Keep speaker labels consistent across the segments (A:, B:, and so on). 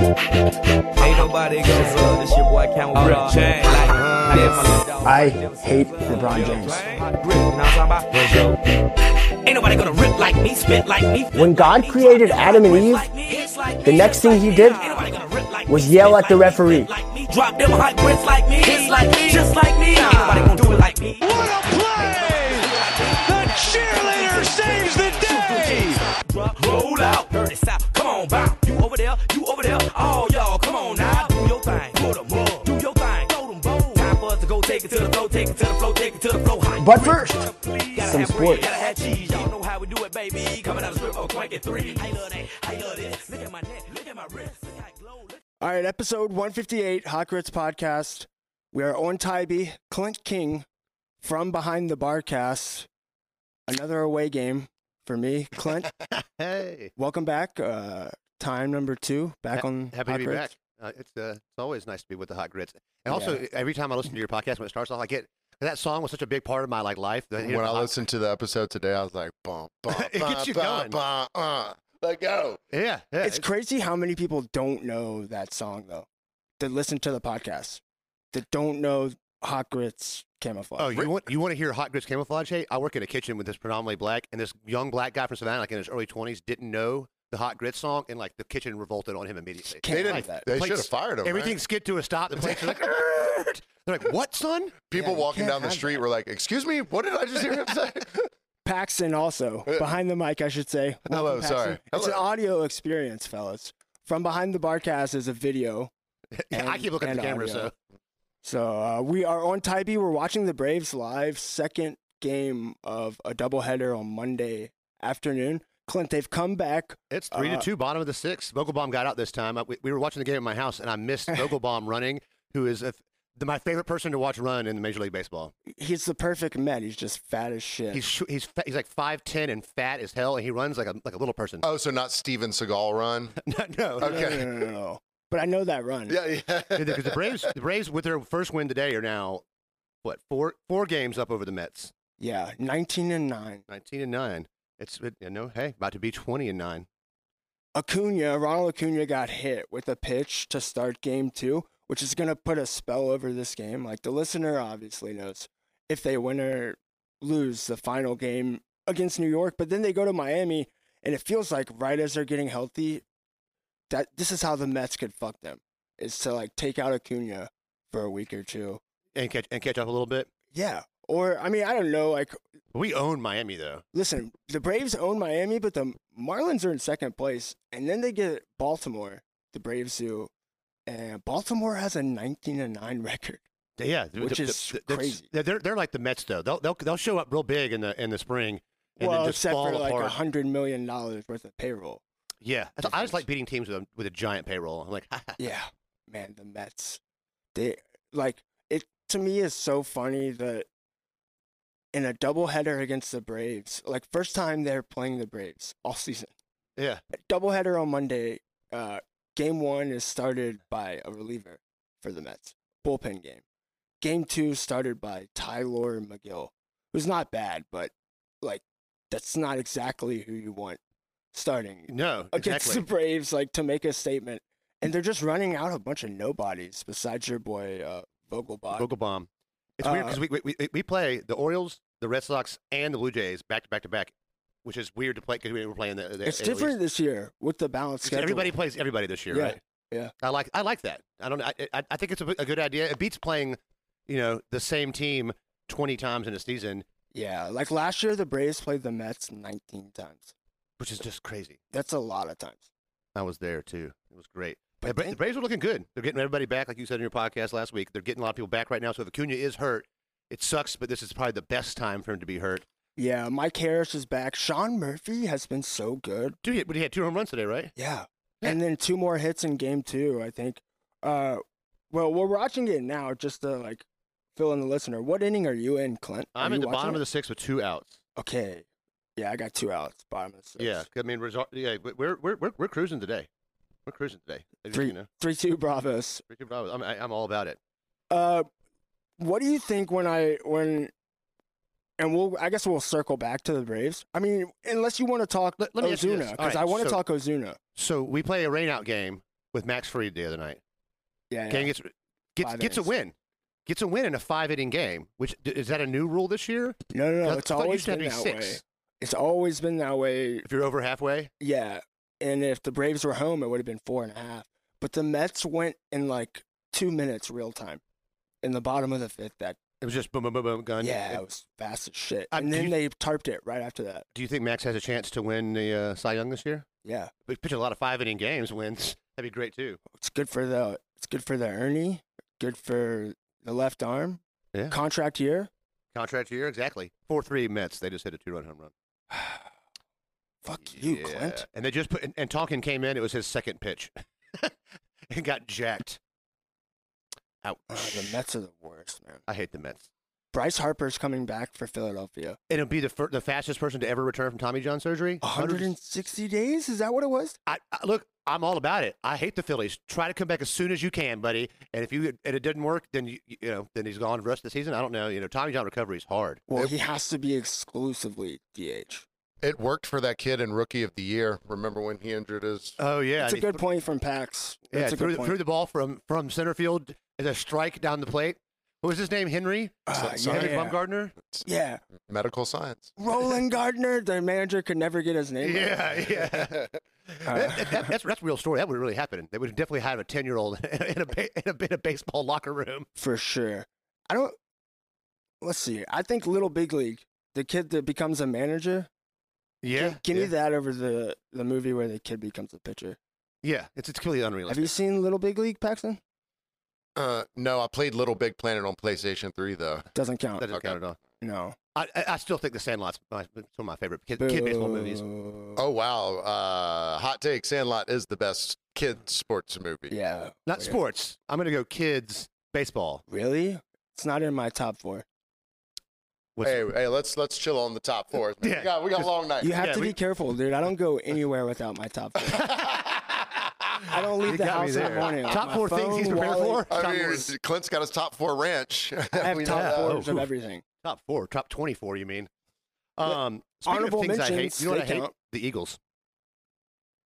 A: Ain't nobody gonna love this shit, boy. Can't we rock? Chain like this.
B: I hate LeBron James.
A: Ain't nobody gonna rip like me, spit like me.
B: When God created Adam and Eve, the next thing he did was yell at the referee.
A: Drop them hot grits like me, hits like me, just like me. Ain't nobody gonna do it like me.
C: What a play! The cheerleader saves the day!
A: Roll out, dirty south. Come on, bow. You over there, you over there. All y'all, come on now. Do your thing. Put 'em up. Do your thing. Throw them bold. Time for us to go take it to the flow, take it to the flow, take it to the flow. Hot
B: But
A: grits. Gotta
B: first, some
A: have bread,
B: sports.
A: Gotta have cheese. Y'all know how we do it, baby. Coming out of strip, oh, crank it three. I love that. I love this. Look at my neck. Look at my wrist. Look how it glow. Look-
B: All right, episode 158, Hot Grits Podcast. We are on Tybee, Clint King from Behind the Barcast. Another away game for me, Clint.
D: Hey,
B: welcome back. Uh, time number two, back
D: Ha-
B: on
D: happy
B: Hot
D: to be
B: Grits.
D: back. Uh, it's uh, it's always nice to be with the hot grits. And also,
B: Yeah.
D: every time I listen to your podcast when it starts off, I get that song was such a big part of my like life. that, you
E: when
D: know,
E: I listened to the episode today, I was like, bum, bum,
D: It
E: bum,
D: gets you
E: bum,
D: going.
E: bum, uh, let go.
D: yeah, yeah,
B: It's crazy how many people don't know that song, though, that listen to the podcast, that don't know Hot Grits Camouflage.
D: Oh, you want you want to hear hot grits camouflage? Hey, I work in a kitchen with this predominantly black, and this young black guy from Savannah, like in his early twenties, didn't know the hot grits song, and like the kitchen revolted on him immediately.
B: Can't
E: they
B: like
E: didn't.
B: that.
E: They
D: Plates-
E: should have fired him.
D: Everything
E: right?
D: skid to a stop. The plates are like, "Grrrr." they're like, what, son?
E: People
B: Yeah, you
E: walking
B: can't
E: down the
B: have
E: street
B: that.
E: were like, "Excuse me, what did I just hear him say?"
B: Paxton also
E: Uh,
B: behind the mic, I should say.
E: Hello,
B: Welcome, Paxton.
E: sorry.
B: It's an
E: Hello.
B: audio experience, fellas. From behind the barcast is a video.
D: I
B: And-
D: keep looking at the
B: and
D: camera,
B: audio.
D: so
B: So uh, we are on Tybee. We're watching the Braves live second game of a doubleheader on Monday afternoon. Clint, they've come back.
D: It's three
B: Uh,
D: to two, bottom of the sixth. Vogelbaum got out this time. I, we, we were watching the game at my house, and I missed Vogelbaum running, who is a, the, my favorite person to watch run in Major League Baseball.
B: He's the perfect man. He's just fat as shit.
D: He's sh- he's fa- he's like five ten and fat as hell, and he runs like a like a little person.
E: oh, so not Steven Seagal run?
D: no, no,
B: No,
E: Okay.
B: no, no, no, no. But I know that run.
E: yeah, yeah.
D: because the Braves the Braves with their first win today are now what four four games up over the Mets,
B: Yeah, 19 and 9.
D: nineteen and nine. It's it, you know hey about to be twenty and nine.
B: Acuna, Ronald Acuna got hit with a pitch to start game two, which is going to put a spell over this game. Like the listener obviously knows if they win or lose the final game against New York, but then they go to Miami, and it feels like right as they're getting healthy, that this is how the Mets could fuck them is to like take out Acuna for a week or two.
D: And catch and catch up a little bit.
B: Yeah. Or, I mean, I don't know. Like,
D: We own Miami though.
B: listen, the Braves own Miami, but the Marlins are in second place, and then they get Baltimore, the Braves do, and Baltimore has a 19 and 9 record.
D: Yeah, th-
B: Which
D: th-
B: is
D: th- that's-
B: crazy.
D: They're, they're they're like the Mets though. They'll they'll they'll show up real big in the in the spring and
B: well,
D: then just
B: except
D: fall
B: for like
D: apart.
B: a hundred million dollars worth of payroll.
D: yeah, That's- I
B: difference.
D: just like beating teams with a, with a giant payroll. I'm like,
B: Yeah, man, the Mets, they like it. To me, is so funny that in a doubleheader against the Braves, like first time they're playing the Braves all season.
D: yeah,
B: doubleheader on Monday. Uh, game one is started by a reliever for the Mets, bullpen game. Game two started by Tyler McGill, who's not bad, but like that's not exactly who you want starting
D: no,
B: against
D: exactly.
B: the Braves, like to make a statement. And they're just running out a bunch of nobodies besides your boy uh, Vogelbach.
D: Google bomb. It's weird
B: Uh,
D: because we, we, we we play the Orioles, the Red Sox, and the Blue Jays back to back to back, which is weird to play because we were playing the. the
B: it's
D: AL East.
B: different this year with the balanced
D: Because
B: schedule.
D: Everybody plays everybody this year,
B: Yeah,
D: right?
B: yeah.
D: I like I like that. I don't. I I, I think it's a, a good idea. It beats playing, you know, the same team twenty times in a season,
B: yeah, like last year the Braves played the Mets 19 times.
D: which is just crazy.
B: That's a lot of times.
D: I was there too. It was great.
B: But
D: The Bra-
B: then-
D: the Braves are looking good. They're getting everybody back, like you said in your podcast last week. They're getting a lot of people back right now. So if Acuna is hurt, it sucks, but this is probably the best time for him to be hurt.
B: Yeah, Mike Harris is back. Sean Murphy has been so good.
D: Dude, he- but he had two home runs today, right?
B: Yeah. And then two more hits in game two, I think. Uh, well, we're watching it now just to like fill in the listener. What inning are you in, Clint? Are
D: I'm
B: you
D: at the
B: watching
D: bottom
B: it?
D: of the sixth with two outs.
B: Okay. Yeah, I got two outs. Bottom of the sixth.
D: Yeah, I mean, result, yeah, but we're, we're we're we're cruising today. We're cruising today. As
B: Three,
D: You know,
B: three, two, Bravos.
D: Ricky Bobby, I'm, I, I'm all about it.
B: Uh, what do you think when I when, and we'll I guess we'll circle back to the Braves. I mean, unless you want to talk
D: Let- let me ask you
B: Ozuna
D: this. All
B: because
D: right,
B: I want to
D: so-
B: talk Ozuna.
D: So we play a rainout game with Max Freed the other night.
B: Yeah,
D: Gang
B: yeah.
D: gets gets,
B: Five
D: gets a
B: innings.
D: win, gets a win in a five inning game. Which d- is that a new rule this year?
B: No, no,
D: I
B: no.
D: th-
B: It's
D: I thought it
B: always
D: used to have
B: been
D: to
B: that
D: be
B: way.
D: six.
B: It's always been that way.
D: If you're over halfway,
B: Yeah. And if the Braves were home, it would have been four and a half. But the Mets went in like two minutes real time in the bottom of the fifth. That
D: it was just boom, boom, boom, boom, gun.
B: yeah, it
D: And
B: was fast as shit.
D: Um,
B: and
D: do
B: then
D: you-
B: they tarped it right after that.
D: do you think Max has a chance to win the uh, Cy Young this year?
B: Yeah,
D: We pitch a lot of five inning games, wins. That'd be great too.
B: it's good for the it's good for the Ernie. Good for the left arm.
D: Yeah.
B: Contract year.
D: Contract year, exactly. Four three Mets. They just hit a two run home run.
B: Fuck you,
D: Yeah.
B: Clint.
D: And they just put and, and Tonkin came in. It was his second pitch, and got jacked. Ouch!
B: Ugh, Uh, Ah, the Mets are the worst, man.
D: I hate the Mets.
B: Bryce Harper's coming back for Philadelphia.
D: It'll be the fir- the fastest person to ever return from Tommy John surgery.
B: 160 days? Is that what it was?
D: I, I, look, I'm all about it. I hate the Phillies. Try to come back as soon as you can, buddy. And if you and it doesn't work, then you you know then he's gone the rest of the season. I don't know. You know, Tommy John recovery is hard.
B: Well, he has to be exclusively DH.
E: It worked for that kid in Rookie of the Year. Remember when he injured his?
D: Oh yeah,
B: That's
D: and
B: a
D: he
B: good
D: threw-
B: point from Pax. That's
D: yeah,
B: a
D: threw,
B: good
D: the-
B: point.
D: threw the ball from from center field as a strike down the plate. What was his name? Henry
B: Ah,
E: so-
D: Henry
B: yeah.
D: Bumgardner.
B: yeah.
E: Medical science.
B: Roland Gardner, the manager, could never get his name. right.
D: Yeah, yeah. That- that- that- that's that's a real story. That would really happen. They would definitely have a ten year old in a ba- in a in a baseball locker room.
B: for sure. I don't. Let's see. I think Little Big League, the kid that becomes a manager,
D: Yeah,
B: give
D: yeah.
B: me that over the the movie where the kid becomes a pitcher.
D: Yeah, it's it's completely
B: Have
D: unrealistic.
B: you seen Little Big League, Paxton?
E: Uh, no, I played Little Big Planet on PlayStation 3 though.
B: Doesn't count.
D: That doesn't
E: Okay.
D: count at all.
B: no.
D: I, I- I still think The Sandlot's my, it's one of my favorite kid, kid baseball movies.
B: Boo.
E: Oh wow. Uh, hot take. Sandlot is the best kid sports movie.
B: yeah.
D: Not
B: Weird.
D: sports. I'm gonna go kids baseball.
B: Really? It's not in my top four.
D: What's-
E: Hey, hey, let's let's chill on the top four. man.
D: Yeah,
E: we got, we got a
D: just-
E: long night.
B: You have
D: Yeah,
B: to
D: we-
B: be careful, dude. I don't go anywhere without my top four. I
D: I
B: don't leave
D: You
B: the
D: got me
B: house in the
D: there.
B: morning.
D: Top
B: My
D: four things he's
B: phone,
D: prepared
B: wallet-
D: for.
E: I
D: Top
E: mean,
D: four.
E: Clint's got his top four ranch.
B: I have
E: We know
B: top
E: that.
B: fours of
D: Oof.
B: everything.
D: Top four, top twenty-four. You mean? Um, speaking
B: honorable
D: of things I hate,
B: mentions,
D: you know what I
B: they
D: hate?
B: count.
D: The Eagles.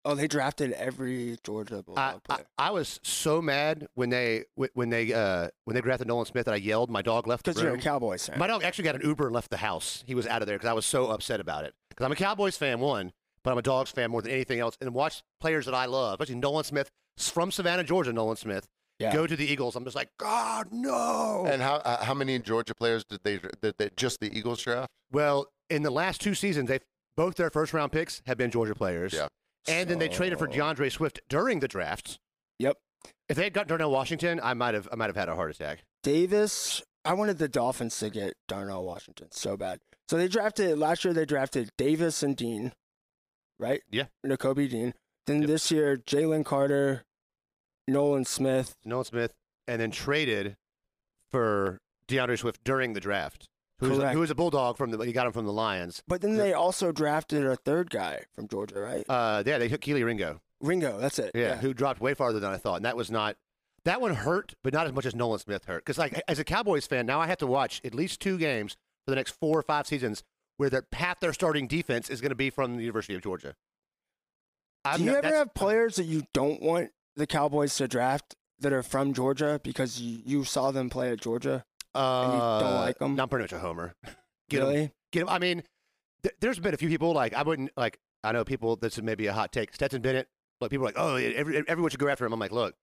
B: Oh, they drafted every Georgia
D: I,
B: Bulldog
D: I,
B: player
D: I was so mad when they wh- when they uh, when they drafted Nolan Smith that I yelled. My dog left the
B: because you're a
D: room.
B: Cowboys fan.
D: My dog actually got an Uber and left the house. He was out of there because I was so upset about it. Because I'm a Cowboys fan, one, but I'm a Dogs fan more than anything else. And watch players that I love, especially Nolan Smith s- from Savannah, Georgia. Nolan Smith
B: Yeah.
D: go to the Eagles. I'm just like, God, no.
E: And how uh, how many Georgia players did they did they just the Eagles draft?
D: Well, in the last two seasons, they both their first round picks have been Georgia players.
E: Yeah.
D: And then they traded for
B: So-
D: DeAndre Swift during the draft.
B: Yep.
D: If they had got Darnell Washington, I might have I might have had a heart attack.
B: Davis. I wanted the Dolphins to get Darnell Washington so bad. So they drafted last year. They drafted Davis and Dean, right?
D: Yeah.
B: N'Kobe Dean. Then
D: Yep.
B: this year, Jalen Carter, Nolan Smith.
D: Nolan Smith, and then traded for DeAndre Swift during the draft. Who was,
B: Correct.
D: who was a bulldog from the? You got him from the Lions.
B: But then they also drafted a third guy from Georgia, right?
D: Uh, yeah, they took Keely Ringo.
B: Ringo. That's it.
D: Yeah, who dropped way farther than I thought, and that was not that one hurt, but not as much as Nolan Smith hurt. Because like as a Cowboys fan, now I have to watch at least two games for the next four or five seasons where their half their starting defense is going to be from the University of Georgia. I'm
B: Do you
D: not-
B: ever
D: that's-
B: have players that you don't want the Cowboys to draft that are from Georgia because you, you saw them play at Georgia? and you don't
D: uh,
B: like 'em?
D: Not pretty much a homer. Get 'em.
B: really?
D: Get 'em- I mean, th- there's been a few people like I wouldn't like. I know people. This is maybe a hot take. Stetson Bennett. Like people are like, oh, every, everyone should go after him. I'm like, look,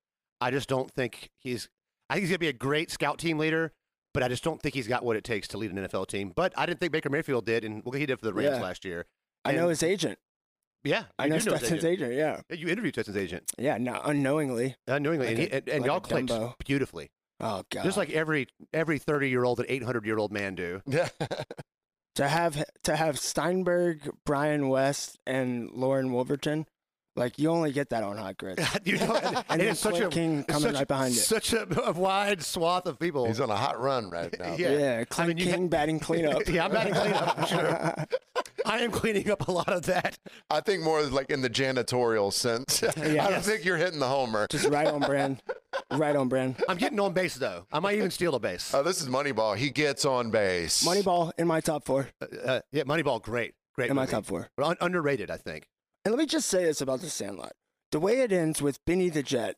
D: I just don't think he's. I think he's gonna be a great scout team leader, but I just don't think he's got what it takes to lead an NFL team. But I didn't think Baker Mayfield did, and look what he did for the Rams
B: Yeah.
D: last year.
B: I know
D: And-
B: his agent.
D: Yeah,
B: I
D: you
B: know
D: do his
B: Stetson's
D: agent.
B: agent. Yeah.
D: Yeah, You interviewed Stetson's agent,
B: Yeah. Not unknowingly.
D: uh, New England,
B: Like
D: and, he,
B: a-
D: and, and
B: like a
D: y'all clicked
B: Dumbo.
D: beautifully,
B: Oh God!
D: just like every every thirty year old and eight hundred year old man do.
E: Yeah.
B: to have to have Steinberg, Brian West, and Lauren Wolverton, like you only get that on Hot Grits.
D: you know, and,
B: And then
D: it's such
B: Clint
D: a
B: King
D: it's
B: coming
D: such,
B: right behind it.
D: Such a, a wide swath of people.
E: He's on a hot run right now.
D: Yeah.
B: Yeah, Clint
D: mean, you
B: King
D: ha-
B: batting cleanup.
D: Uh, yeah, I'm batting cleanup. Sure. I am cleaning up a lot of that.
E: I think more like in the janitorial sense. I don't
B: Yes.
E: think you're hitting the homer.
B: Just right on brand. Right on brand.
D: I'm getting on base though. I might even steal a base.
E: Oh, this is Moneyball. He gets on base.
B: Moneyball in my top four.
D: Uh, yeah, Moneyball, great, great.
B: In my
D: movie.
B: top four.
D: But un- underrated, I think.
B: And let me just say this about the Sandlot. The way it ends with Benny the Jet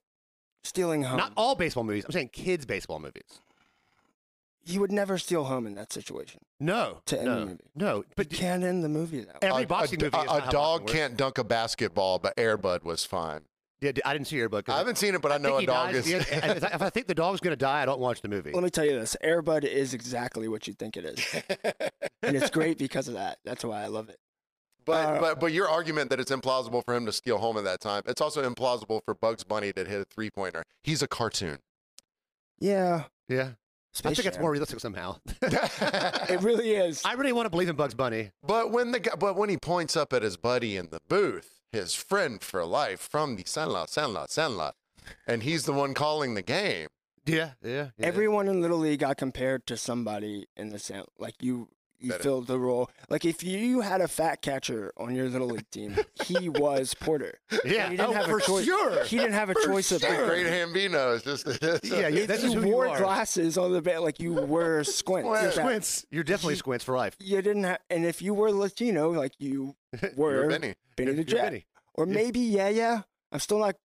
B: stealing home,
D: Not all baseball movies. I'm saying kids' baseball movies.
B: he would never steal home in that situation.
D: No,
B: To any
D: no,
B: movie.
D: no. But
B: But you can't end the movie that way.
D: every
E: a,
D: boxing
E: a,
D: movie. is
E: a- a
D: not how
E: dog
D: boxing works.
E: can't dunk a basketball, but Airbud was fine.
D: Yeah, I didn't see your book.
E: I haven't seen it, but I, know a dog is.
D: if I think the dog's gonna die, I don't watch the movie.
B: Let me tell you this Airbud is exactly what you think it is. and it's great because of that. That's why I love it.
E: But
B: Uh,
E: but but your argument that it's implausible for him to steal home at that time, it's also implausible for Bugs Bunny to hit a three pointer. He's a cartoon.
B: Yeah.
D: Yeah, I
B: Space
D: think it's
B: Jam.
D: more realistic somehow.
B: It really is.
D: I really want to believe in Bugs Bunny.
E: but when the guy, but when he points up at his buddy in the booth, his friend for life from the Sandlot, Sandlot, Sandlot, and he's the one calling the game.
D: Yeah, yeah. yeah.
B: Everyone in Little League got compared to somebody in the sound. Like you, you
E: Better.
B: filled the role. Like if you had a fat catcher on your Little League team, he was Porter.
D: yeah.
B: He didn't
D: oh,
B: have
D: for
B: a choice.
D: sure.
B: He didn't have a choice of
E: Big Great Hambino is just
D: yeah, you, that's just
B: you
D: who
B: wore
D: you are.
B: glasses on the bed, like you were squint.
E: Squint.
B: You're fat.
D: Squints. You're definitely squints for life.
B: You didn't have, and if you were Latino, like you were,
E: You're Benny.
B: Benny the
D: You're
B: Jet,
D: Benny.
B: or maybe yeah, yeah. I'm still not.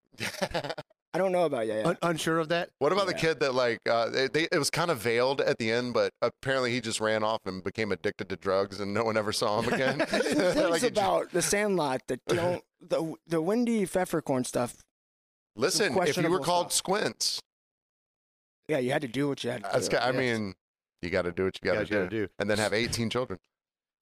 B: I don't know about yeah, yeah.
D: Un- unsure of that.
E: What about the
B: Yeah.
E: kid that like uh, they, they, it was kind of veiled at the end, but apparently he just ran off and became addicted to drugs, and no one ever saw him again.
B: the things
E: Like, it just-
B: about the Sandlot that don't the the Wendy Pfeffercorn stuff.
E: listen, if you were
B: questionable
E: called
B: stuff.
E: squints,
B: Yeah, you had to do what you had to.
E: that's
B: do.
E: ca- I
D: yes.
E: mean, you got to do what you got to
D: Guys, you
E: do.
D: gotta do.
E: and then have eighteen children.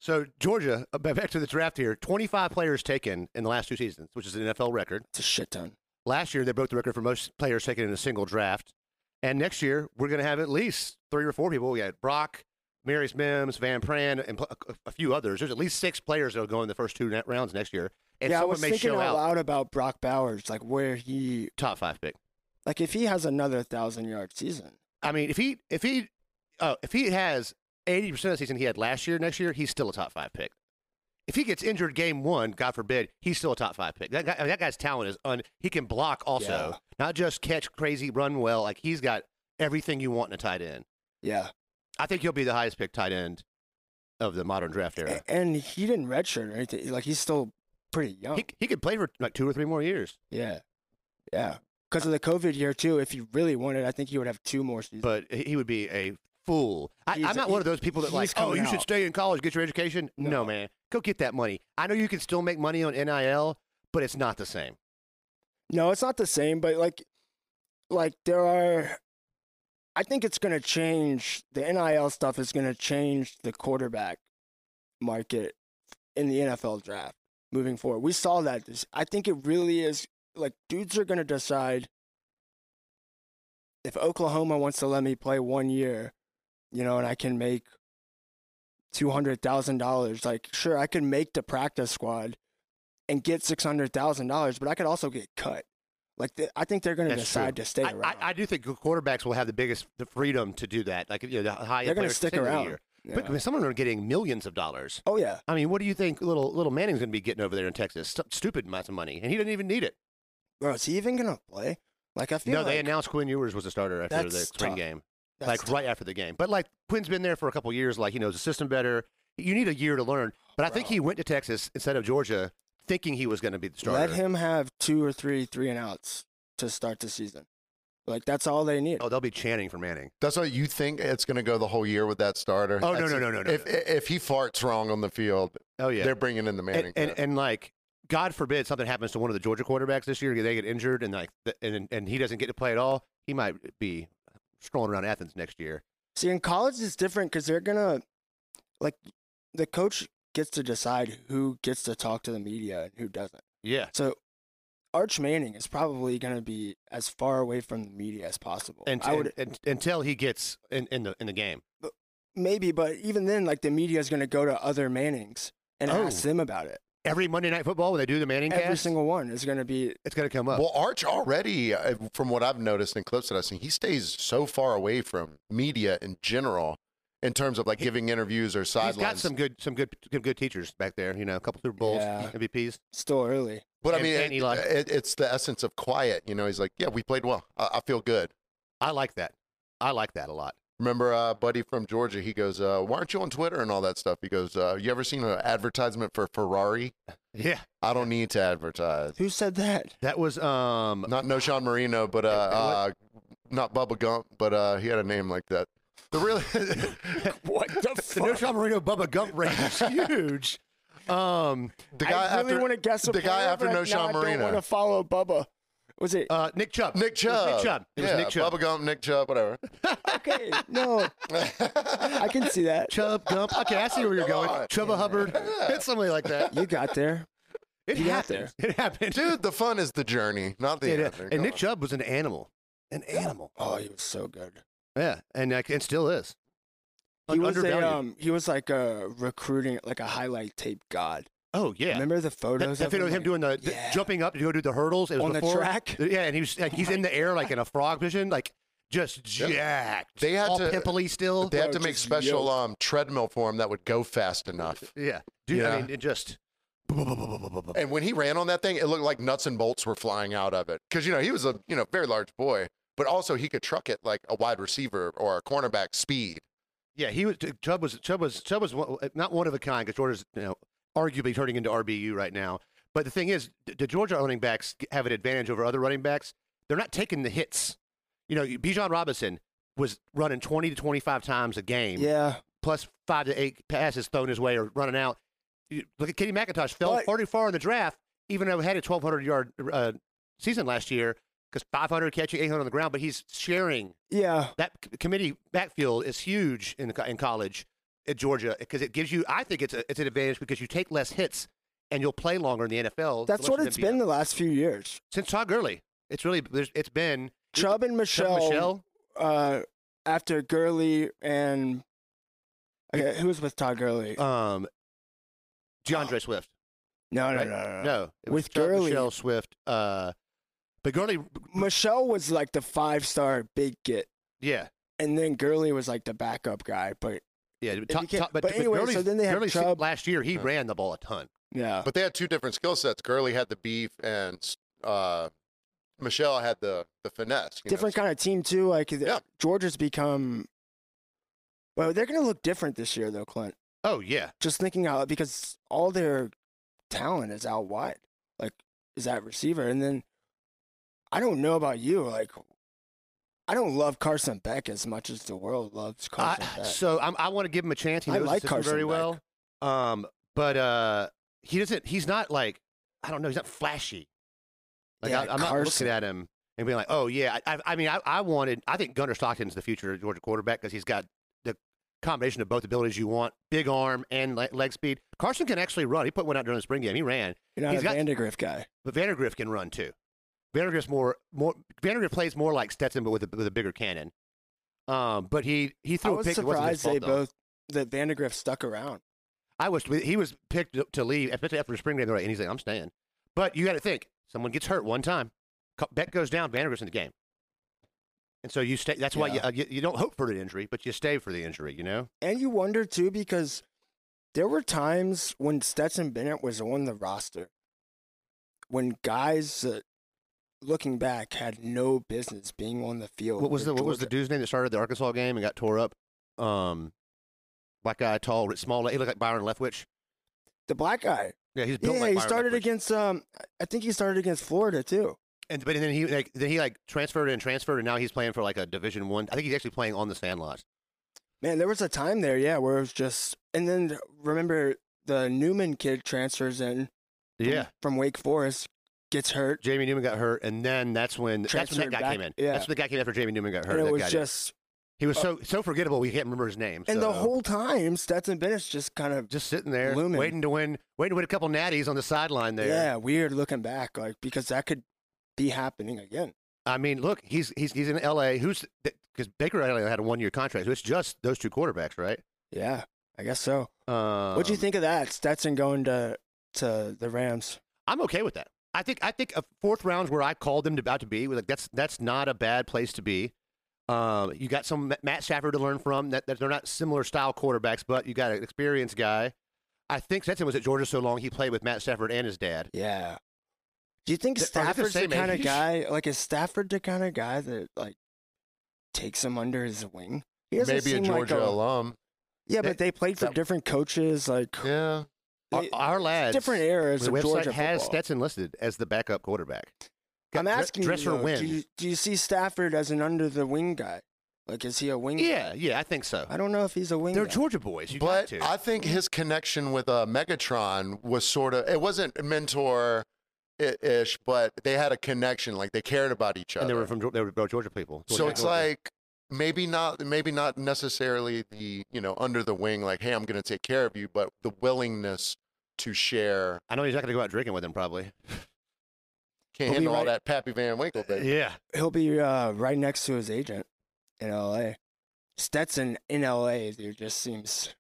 D: So Georgia, uh, back to the draft here. 25 players taken in the last two seasons, which is an NFL record.
B: It's a shit ton.
D: Last year, they broke the record for most players taken in a single draft. And next year, we're going to have at least three or four people. We had Brock, Marius Mims, Van Pran, and pl- a- a few others. There's at least six players that will go in the first two net rounds next year. And
B: yeah, I
D: someone
B: was
D: may
B: thinking
D: show
B: out
D: out
B: loud about Brock Bowers, like where he,
D: top five pick.
B: like if he has another thousand yard season,
D: I mean, if he if he oh, if he has 80 percent of the season he had last year, next year he's still a top five pick. If he gets injured game one, God forbid, he's still a top five pick. That guy, I mean, that guy's talent is un. He can block also,
B: Yeah.
D: not just catch crazy, run well. Like he's got everything you want in a tight end.
B: yeah.
D: I think he'll be the highest pick tight end of the modern draft era.
B: A- and he didn't redshirt or anything. Like he's still pretty young.
D: He, he could play for like two or three more years,
B: yeah, yeah. Because of the COVID year too. If he really wanted, I think he would have two more seasons.
D: but he he would be a fool. I,
B: He's-
D: I'm not one of those people that
B: he's
D: like, oh,
B: coming
D: you should
B: out."
D: stay in college, get your education. No.
B: No.
D: man, go get that money. I know you can still make money on NIL, but it's not the same.
B: No, it's not the same, but like like there are I think it's going to change the NIL stuff is going to change the quarterback market in the NFL draft moving forward. We saw that this I think it really is like dudes are going to decide if Oklahoma wants to let me play one year, you know, and I can make $200,000, like sure I can make the practice squad and get six hundred thousand dollars, but I could also get cut. Like th- I think they're going to
D: That's
B: decide
D: true.
B: to stay
D: I,
B: around.
D: I, I do think quarterbacks will have the biggest the freedom to do that. Like you know, the high
B: they're going
D: end players
B: to stick
D: continue the
B: around.
D: year.
B: Yeah.
D: But I mean, some of them are getting millions of dollars.
B: oh yeah,
D: I mean, what do you think little little Manning's going to be getting over there in Texas? Stu- stupid amounts of money, and he doesn't even need it.
B: bro, is he even going to play? Like I feel
D: No,
B: like
D: they announced Quinn Ewers was a starter after the
B: That's
D: spring
B: tough.
D: game.
B: that's
D: like
B: tough.
D: right after the game. But like Quinn's been there for a couple years, like he knows the system better. You need a year to learn. But I think
B: Bro.
D: he went to Texas instead of Georgia, thinking he was going to be the starter.
B: let him have two or three three and outs to start the season. Like that's all they need.
D: Oh, they'll be chanting for Manning.
E: That's what you think it's going to go the whole year with that starter.
D: Oh, no,
E: That's
D: no,
E: it.
D: no, no, no,
E: If
D: no.
E: if he farts wrong on the field,
D: Oh yeah,
E: they're bringing in the Manning.
D: and, and
E: cut.
D: and like God forbid something happens to one of the Georgia quarterbacks this year, they get injured, and like th- and and he doesn't get to play at all. He might be strolling around Athens next year.
B: See, in college it's different because they're gonna like the coach gets to decide who gets to talk to the media and who doesn't.
D: Yeah,
B: So Arch Manning is probably going to be as far away from the media as possible.
D: and,
B: I would
D: and, and- until he gets in, in the in the game.
B: Maybe, but even then, like the media is going to go to other Mannings and
D: Oh.
B: ask them about it.
D: Every Monday Night Football when they do the Manning
B: Every
D: cast,
B: single one is going to be.
D: it's going to come up.
E: Well, Arch already, uh, from what I've noticed in clips that I've seen, he stays so far away from media in general in terms of like giving interviews or
D: He's got
E: sidelines.
D: some good, some good, good, good teachers back there. You know, a couple Super Bowls,
B: Yeah.
D: MVPs.
B: Still early.
E: but I
D: and-
E: mean,
D: and
E: it-
D: Eli.
E: it- it's the essence of quiet. You know, he's like, yeah, we played well. I, I feel good.
D: I like that. I like that a lot.
E: Remember, uh, buddy from Georgia, he goes, uh, Why aren't you on Twitter and all that stuff? He goes, uh, You ever seen an advertisement for Ferrari?
D: Yeah,
E: I don't need to advertise.
B: Who said that?
D: that was um.
E: Not no Sean Marino, but uh, uh not Bubba Gump, but uh, he had a name like that. The really
B: What the
D: The No Sean Marino Bubba Gump range is huge. Um,
E: the guy
B: I really
E: after
B: want to guess a
E: the guy
B: player,
E: after
B: but
E: No
B: now
E: Sean
B: I don't
E: Marino.
B: want to follow Bubba. Was it
D: uh, Nick Chubb.
E: Nick
D: It
E: Chubb.
D: was Nick Chubb. It was
E: yeah,
D: Nick Chubb.
E: Bubba Gump, Nick Chubb, whatever.
B: okay? no, I can see that.
D: Chubb Gump. Okay, I see where you're going.
E: on.
D: Chuba Hubbard. It's something like that.
B: You got there.
D: It
B: You got
D: happened. It happened.
E: Dude, the fun is the journey, not the
D: It, uh,
E: end.
D: and
E: Come
D: Nick
E: on.
D: Chubb was an animal. An animal.
B: Oh, he was so good.
D: Yeah, and like, it still is.
B: He
D: Un-
B: was a,
D: undervalued.
B: um, he was like a recruiting, like a highlight tape god.
D: oh yeah.
B: Remember the
D: That,
B: photos
D: that
B: of
D: video of
B: him,
D: him doing the, the-
B: yeah.
D: jumping up to go do the hurdles. It was
B: On the
D: before-
B: track?
D: Yeah, and he was like, he's in the air like in a frog position, like just
E: Yep.
D: jacked.
E: They had
D: all
E: to-
D: pimply still.
E: They had to
B: Bro,
E: make
B: just
E: special
B: yoked.
E: um, treadmill for him that would go fast enough.
D: yeah, dude. I
E: Yeah.
D: mean, it just.
E: And when he ran on that thing, it looked like nuts and bolts were flying out of it. Because you know he was a you know very large boy, but also he could truck it like a wide receiver or a cornerback speed.
D: Yeah, he was. Chubb was. Chubb was. Chubb was one, eh, not one of a kind because Georgia's you know arguably turning into RBU right now. But the thing is, the- the Georgia running backs g- have an advantage over other running backs. They're not taking the hits. You know, Bijan Robinson was running twenty to twenty-five times a game,
B: Yeah,
D: plus five to eight passes thrown his way or running out. You- Look at Kenny McIntosh fell
B: But-
D: pretty far in the draft, even though he had a twelve hundred yard uh, season last year because five hundred catching, eight hundred on the ground. But he's sharing
B: yeah.
D: that c- committee backfield is huge in, the co- in college at Georgia because it gives you, I think it's, a, it's an advantage because you take less hits and you'll play longer in the NFL.
B: That's
D: the
B: what
D: less
B: it's
D: you're gonna
B: been
D: be
B: the last few years.
D: out. since Todd Gurley. It's really, there's- it's been
B: Chubb and Michelle,
D: Michelle.
B: Uh, after Gurley and okay, who was with Todd Gurley?
D: Um, DeAndre Swift.
B: no, no,
D: right?
B: no, no, no.
D: No, it was
B: With
D: Chubb,
B: Gurley.
D: Michelle Swift. Uh, but Gurley,
B: Michelle was like the five star big get,
D: yeah,
B: and then Gurley was like the backup guy. But
D: yeah. But, Todd-
B: became-
D: Todd- but,
B: but anyway, so
D: Gurley's-
B: then they have
D: Gurley's-
B: Chubb.
D: last year. He ran the ball a ton.
B: yeah,
E: But they had two different skill sets. Gurley had the beef, and uh, Michelle had the the finesse. you know,
B: different kind of team too. Like the-
E: Yeah.
B: Georgia's become. Well, they're gonna look different this year though, Clint.
D: Oh yeah,
B: Just thinking out because all their talent is out wide. Like is that receiver, and then I don't know about you. Like I don't love Carson Beck as much as the world loves Carson
D: I,
B: Beck.
D: so I'm, I want to give him a chance. He
B: I
D: knows
B: like
D: the system very
B: Carson
D: well. Um, but uh, he doesn't. He's not like I don't know. He's not flashy. Like
B: Yeah,
D: I, I'm not
B: Carson.
D: looking at him and being like, oh yeah. I, I, I mean, I, I wanted. I think Gunnar Stockton's the future Georgia quarterback because he's got the combination of both abilities you want: big arm and le- leg speed. Carson can actually run. He put one out during the spring game. He ran,
B: You're not
D: he's
B: a
D: got-
B: Vandergriff guy.
D: but Vandergriff can run too. Vandergriff's more more. Vandergriff plays more like Stetson, but with a, with a bigger cannon. Um, but he he
B: I
D: threw a
B: was
D: pick. that wasn't his
B: surprised they
D: fault, though.
B: both that Vandergriff stuck around.
D: I was he was picked to leave after after the spring game, right? And he's like, I'm staying. But you got to think, someone gets hurt one time, Co- bet goes down, Vanderbilt's in the game, and so you stay. That's why you,
B: Yeah.
D: uh, you you don't hope for an injury, but you stay for the injury. You know,
B: And you wonder too because there were times when Stetson Bennett was on the roster when guys that looking back had no business being on the field.
D: what was
B: for
D: the what was
B: Oh,
D: the
B: Georgia.
D: dude's name that started the Arkansas game and got tore up? Um, black guy, tall, small. He looked like Byron Leftwich.
B: the black guy?
D: Yeah, he's built
B: Yeah,
D: like
B: he
D: Byron
B: started
D: Leftwich.
B: against um I think he started against Florida too.
D: and but then he like then he like transferred and transferred, and now he's playing for like a Division One. I. think he's actually playing on the Sandlot.
B: Man, there was a time there, yeah, where it was just and then remember the Newman kid transfers in from, from Wake Forest, gets hurt.
D: Jamie Newman got hurt, and then that's when that's when that
B: Transferred
D: guy
B: back-
D: came in.
B: yeah.
D: That's when the guy came after Jamie Newman got hurt.
B: And it
D: that
B: was
D: guy did.
B: just
D: he was so so forgettable. We can't remember his name.
B: and the
D: so-
B: whole time Stetson Bennett's just kind of
D: just sitting there
B: Lumen.
D: waiting to win, waiting to win a couple natties on the sideline there.
B: Yeah, weird looking back, like because that could be happening again.
D: I mean, look, he's he's he's in L.A. Who's because Baker Island had a one year contract, so it's just those two quarterbacks, right?
B: Yeah, I guess so.
D: Um,
B: What'd you think of that? Stetson going to to the Rams.
D: I'm okay with that. I think I think a fourth round's where I called them about to be. Like that's that's not a bad place to be. Um, you got some Ma- Matt Stafford to learn from. That, that they're not similar style quarterbacks, but you got an experienced guy. I think Stetson was at Georgia so long he played with Matt Stafford and his dad.
B: Yeah. Do you think
D: Th- are they the
B: Stafford's the
D: same
B: kind
D: age?
B: of guy? Like, is Stafford the kind of guy that like takes him under his wing? He doesn't
E: Maybe
B: seem
E: a
B: like
E: Georgia alum.
B: Yeah,
D: They-
B: but they played for
D: that-
B: different coaches, like
E: Yeah.
D: Our,
B: they-
D: our lads.
B: different eras
D: The
B: of
D: website
B: Georgia
D: has
B: football.
D: Stetson listed as the backup quarterback.
B: I'm
D: Dre-
B: asking
D: dress
B: you,
D: or
B: though,
D: win.
B: Do you, do you see Stafford as an under the wing guy? Like, is he a wing? guy?
D: Yeah, yeah, I think so.
B: I don't know if he's a wing.
D: They're
B: guy.
D: Georgia boys. You got
E: but
D: to.
E: I think his connection with uh, Megatron was sort of, it wasn't mentor i- ish, but they had a connection. Like they cared about each other.
D: and they were from Geor- they were both Georgia people.
E: so
D: Georgia
E: it's
D: Georgia.
E: like maybe not maybe not necessarily the you know under the wing like hey i'm going to take care of you but the willingness to share
D: I know he's not going to go out drinking with them probably.
B: We'll
E: can't
B: be
E: handle all
B: right-
E: that pappy van winkle baby.
D: Yeah.
B: He'll be uh, right next to his agent in L.A. Stetson in L.A. Dude, just seems,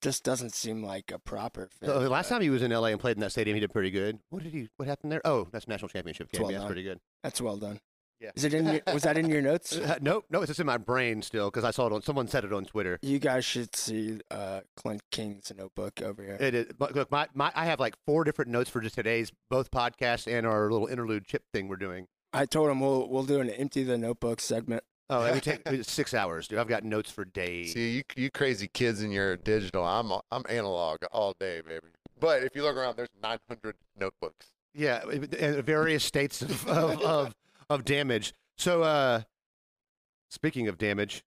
B: just doesn't seem like a proper fit.
D: So the last time he was in LA and played in that stadium, he did pretty good. What did he? What happened there? Oh, that's national championship game.
B: Twelve
D: Yeah, that's
B: nine.
D: pretty good.
B: That's well done.
D: Yeah.
B: Is it in? Your, was that in your notes?
D: Uh, nope, no, it's just in my brain still because I saw it on someone said it on Twitter.
B: You guys should see uh, Clint King's notebook over here.
D: It is, but look, my, my I have like four different notes for just today's both podcast and our little interlude chip thing we're doing.
B: I told him we'll we'll do an empty the notebook segment.
D: Oh, it would take it's six hours, dude. I've got notes for days.
E: see you, you crazy kids in your digital i'm i'm analog all day baby but if you look around there's 900 notebooks
D: Yeah, it- it- various states of of, of of damage. So, uh, speaking of damage,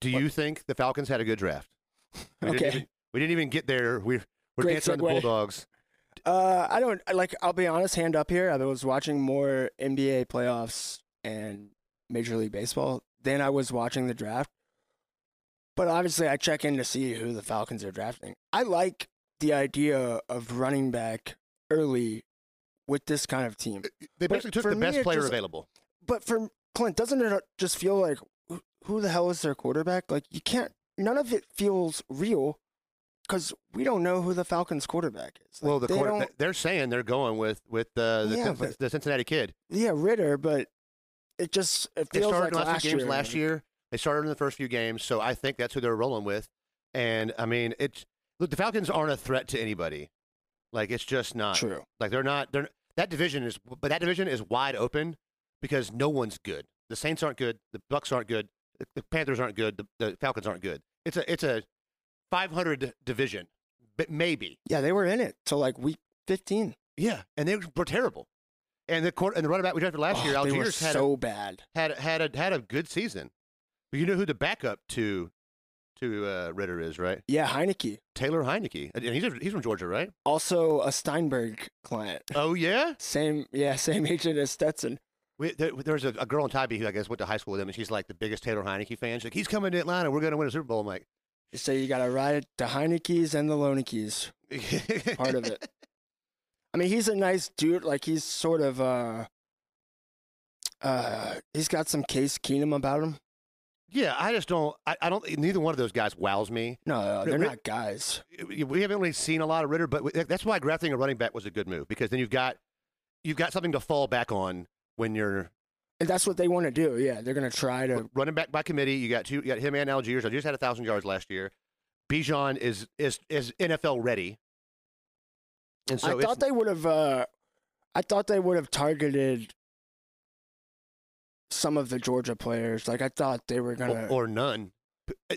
D: do you think the Falcons had a good draft? We didn't
B: Okay.
D: even, we didn't even get there. We we're
B: Great
D: dancing on the
B: segue.
D: Bulldogs.
B: Uh, I don't like. I'll be honest. Hand up here. I was watching more NBA playoffs and Major League Baseball than I was watching the draft. But obviously, I check in to see who the Falcons are drafting. I like the idea of running back early with this kind of team.
D: They
B: But
D: basically took
B: for
D: the
B: me,
D: best
B: it
D: player
B: just-
D: available.
B: But for Clint, doesn't it uh, just feel like wh- who the hell is their quarterback? Like you can't. None of it feels real because we don't know who the Falcons' quarterback is. Like,
D: well, the
B: they
D: quarter,
B: don't-
D: th- they're saying they're going with with uh, the
B: Yeah,
D: Cin-
B: but-
D: the Cincinnati kid.
B: Yeah, Ritter, but it just it
D: They
B: feels like
D: started in the last
B: last
D: few games
B: year.
D: last year. They started in the first few games, so I think that's who they're rolling with. And I mean, it's look, the Falcons aren't a threat to anybody. Like it's just not.
B: True.
D: Like they're not. They're that division is, but that division is wide open because no one's good. The Saints aren't good. The Bucks aren't good. The, the Panthers aren't good. The, the Falcons aren't good. It's a it's a 500 division, but maybe.
B: Yeah, they were in it till like week fifteen.
D: Yeah, and they were terrible. And the court and the running back we drafted last
B: Oh,
D: year,
B: they
D: Algiers
B: were
D: had a-
B: so bad.
D: had had a had a good season. But you know who the backup to to uh, Ritter is, right?
B: Yeah, Heineke.
D: Taylor Heineke, and he's he's from Georgia, right?
B: Also a Steinberg client.
D: Oh yeah.
B: Same yeah, same agent as Stetson.
D: We, there, there was a, a girl in Tybee who I guess went to high school with him, and she's like the biggest Taylor Heineke fan. She's like, he's coming to Atlanta. We're going to win a Super Bowl. I'm like,
B: So you gotta ride the Heineke's and the Loneke's. Part of it. I mean he's a nice dude, like he's sort of uh uh he's got some case Keenum about him.
D: Yeah, I just don't. I, I don't. Neither one of those guys wows me.
B: No, no, they're
D: Ri-
B: not guys.
D: We haven't really seen a lot of Ritter, but we- that's why drafting a running back was a good move because then you've got you've got something to fall back on when you're
B: And that's what they want to do, yeah. They're gonna try to
D: running back by committee. You got two. You got him and Algiers. Algiers had a thousand yards last year. Bijan is is is NFL ready. And so
B: I
D: it's,
B: thought they would have. Uh, I thought they would have targeted some of the Georgia players. Like I thought they were gonna.
D: or, or none.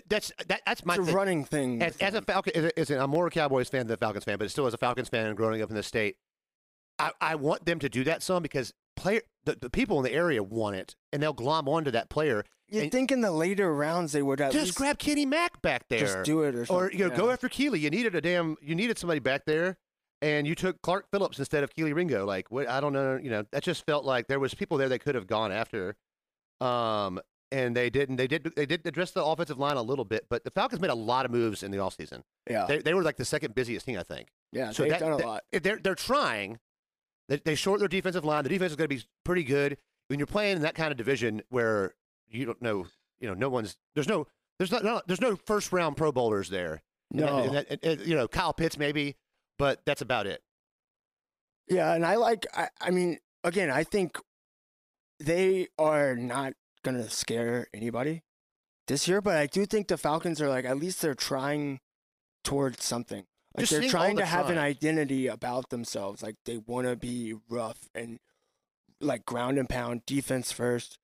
D: That's that, that's my
B: it's a
D: thing.
B: running thing.
D: as,
B: with
D: as a
B: them.
D: Falcon. As a, as a, I'm more a Cowboys fan than a Falcons fan, but still as a Falcons fan and growing up in the state, I, I want them to do that some because player the, the people in the area want it and they'll glom onto that player.
B: you
D: and
B: think in the later rounds they would at
D: just
B: least
D: grab Kenny Mack back there.
B: just do it or something.
D: Or you know, go
B: yeah.
D: after Keely. You needed a damn. You needed somebody back there, and you took Clark Phillips instead of Keely Ringo. Like what? I don't know. You know, that just felt like there was people there they could have gone after, um, and they didn't. They did. They did address the offensive line a little bit, but the Falcons made a lot of moves in the offseason.
B: yeah,
D: They they were like the second busiest team, I think.
B: yeah.
D: so
B: they've
D: that-
B: done a
D: that-
B: lot.
D: If They're they're trying. They, they short their defensive line. The defense is going to be pretty good when you're playing in that kind of division where you don't know. You know, no one's there's no there's not, no there's no first round Pro Bowlers there. And that-
B: No,
D: and that- and- and, you know, Kyle Pitts maybe, but that's about it.
B: yeah, and I like. I, I mean, again, I think they are not gonna scare anybody this year, but I do think the Falcons are like at least they're trying towards something. Like
D: Just
B: they're
D: seeing all
B: trying
D: the
B: to have an
D: tries.
B: identity about themselves. Like they want to be rough and like ground and pound defense first.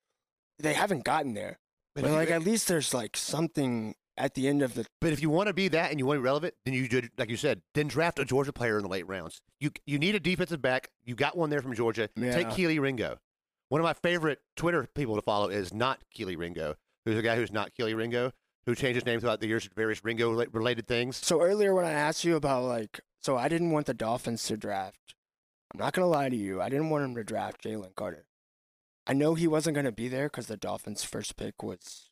B: they haven't gotten there.
D: But
B: But,
D: if you-
B: like at least there's like something at the end of the
D: But if you want to be that and you want to be relevant, then you did, like you said, then draft a Georgia player in the late rounds. You you need a defensive back. You got one there from Georgia. Take
B: Yeah.
D: Keely Ringo. One of my favorite Twitter people to follow is not Keely Ringo, who's a guy who's not Keely Ringo, who changed his name throughout the years to various Ringo rela- related things.
B: So earlier when I asked you about like, so I didn't want the Dolphins to draft. I'm not gonna lie to you. I didn't want them to draft Jalen Carter. I know he wasn't gonna be there because the Dolphins' first pick was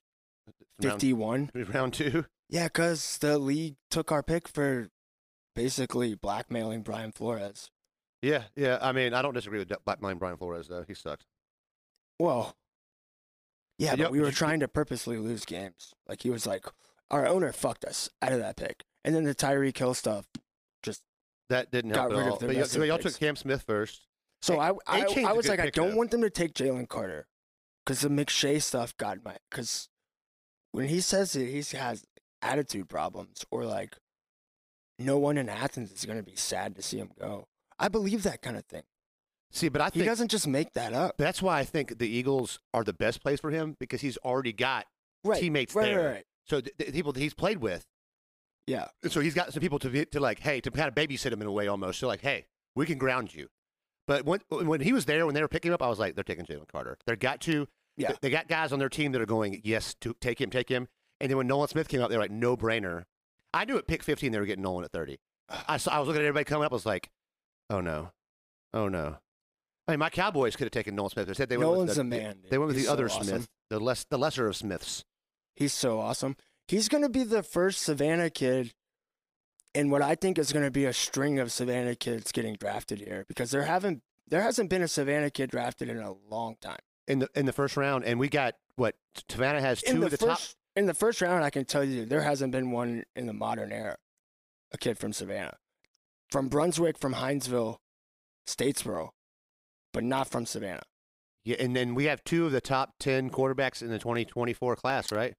D: Round-
B: 51.
D: Round two.
B: Yeah, because the league took our pick for basically blackmailing Brian Flores.
D: Yeah, yeah. I mean, I don't disagree with Black Mind Brian Flores though. He sucks.
B: Whoa. Yeah,
D: Yep,
B: but we were
D: you-
B: trying to purposely lose games. Like he was like, our owner fucked us out of that pick, and then the Tyree Kill stuff.
D: That didn't help
B: Got
D: at
B: rid of
D: all.
B: the
D: But y'all,
B: rest of
D: but
B: the
D: y'all
B: picks.
D: took Cam Smith first.
B: So I, I,
D: A-Chain's
B: I
D: a
B: was
D: good
B: like, I
D: pick,
B: don't
D: though.
B: want them to take Jalen Carter because the McShay stuff got my. Because when he says it, he has attitude problems or like no one in Athens is going to be sad to see him go. I believe that kind of thing.
D: See, but I
B: He
D: think
B: doesn't just make that up.
D: that's why I think the Eagles are the best place for him because he's already got
B: Right.
D: teammates
B: right,
D: there.
B: Right, right.
D: So th- th- people that he's played with.
B: Yeah.
D: So he's got some people to be, to like, hey, to kind of babysit him in a way almost. So like, hey, we can ground you. But when when he was there, when they were picking him up, I was like, they're taking Jalen Carter. They got to.
B: Yeah.
D: They got guys on their team that are going, yes, to take him, take him. And then when Nolan Smith came up, they were like, no brainer. I knew at pick 15 they were getting Nolan at 30. I saw, I was looking at everybody coming up. I was like, oh no, oh no. I mean, my Cowboys could have taken Nolan Smith. Instead, they went with
B: Nolan's
D: the,
B: a man,
D: They went
B: dude.
D: with
B: He's
D: the other
B: so awesome.
D: Smith, the less, the lesser of Smiths.
B: He's so awesome. He's going to be the first Savannah kid in what I think is going to be a string of Savannah kids getting drafted here because there haven't there hasn't been a Savannah kid drafted in a long time.
D: in the in the first round, and we got what Savannah has two
B: in the,
D: of the top.
B: first in the first round, I can tell you there hasn't been one in the modern era. A kid from Savannah, from Brunswick, from Hinesville, Statesboro, but not from Savannah.
D: Yeah, and then we have two of the top ten quarterbacks in the 2024 class, right?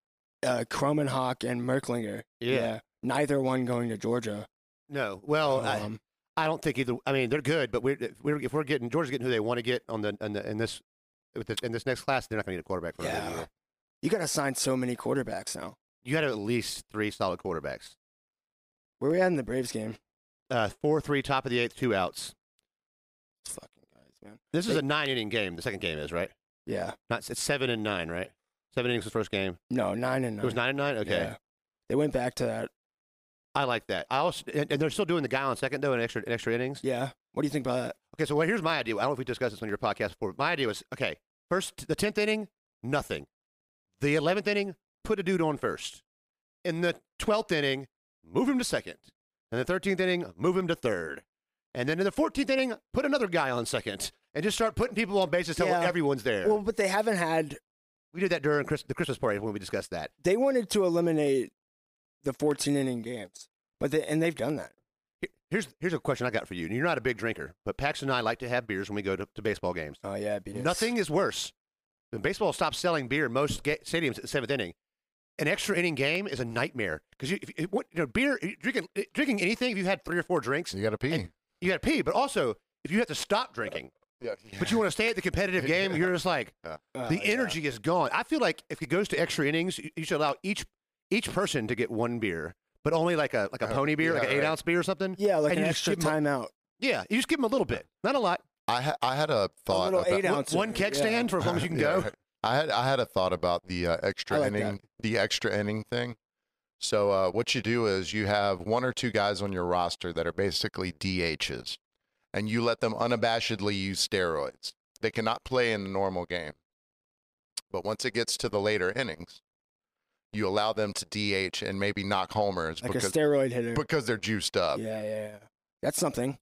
B: Uh, Cromenhawk and Merklinger.
D: Yeah.
B: Neither one going to Georgia.
D: No, well,
B: Um,
D: Oh, I, I don't think either. I mean, they're good, but we're, if we're if we're getting Georgia's getting who they want to get on the, on the in this with this, in this next class, they're not going to get a quarterback for another
B: Yeah.
D: year.
B: you got to sign so many quarterbacks now.
D: You got to have at least three solid quarterbacks.
B: Where we at in the Braves game?
D: Uh, four, three, top of the eighth, two outs.
B: Fucking guys, man.
D: This is
B: They-
D: a nine inning game. The second game is right.
B: Yeah.
D: Not it's seven and nine, right? Seven innings was the first game.
B: No, nine and nine.
D: It was nine and nine. Okay.
B: Yeah. They went back to that.
D: I like that. I also and, and they're still doing the guy on second though in extra in extra innings.
B: Yeah. What do you think about that?
D: Okay, so well, here's my idea. I don't know if we discussed this on your podcast before. But my idea was okay. First, the tenth inning, nothing. The eleventh inning, put a dude on first. In the twelfth inning, move him to second. In the thirteenth inning, move him to third. And then in the fourteenth inning, put another guy on second, and just start putting people on base until
B: Yeah.
D: everyone's there.
B: Well, but they haven't had.
D: we did that during Chris, the Christmas party when we discussed that.
B: They wanted to eliminate the 14 inning games, but they, and they've done that.
D: Here- Here's here's a question I got for you. You're not a big drinker, but Pax and I like to have beers when we go to, to baseball games.
B: Oh yeah, beat us.
D: Nothing is worse. When baseball stops selling beer in most ga- stadiums at the seventh inning, an extra inning game is a nightmare because you, if, if, what, you know, beer you- drinking eh, drinking anything. If you had three or four drinks,
B: Mm.
E: You got to pee.
D: you got to pee. But also, if you have to stop drinking,
E: yeah.
D: but you want to stay at the competitive game, you're just like
B: Oh,
D: the
B: yeah.
D: energy is gone. I feel like if it goes to extra innings, you, you should allow each each person to get one beer, but only like a like a
E: Uh,
D: pony beer,
E: yeah,
D: like an eight
E: right.
D: ounce beer or something.
B: Oh, Yeah, like
D: and
B: an
D: you just
B: extra
D: give 'em a-
B: timeout.
D: Yeah, you just give them a little bit, not a lot.
E: I ha- I had a
B: A
E: thought.
B: little
E: about-
B: eight ounce.
D: One keg stand for as long as you can go.
E: Yeah. I had I had a thought about the uh, extra
B: I like
E: inning, the extra inning thing. So uh, what you do is you have one or two guys on your roster that are basically DHs, and you let them unabashedly use steroids. They cannot play in the normal game, but once it gets to the later innings, you allow them to DH and maybe knock homers
B: Like a
E: because
B: steroid hitter.
E: because they're juiced up.
B: yeah, yeah, yeah. That's something.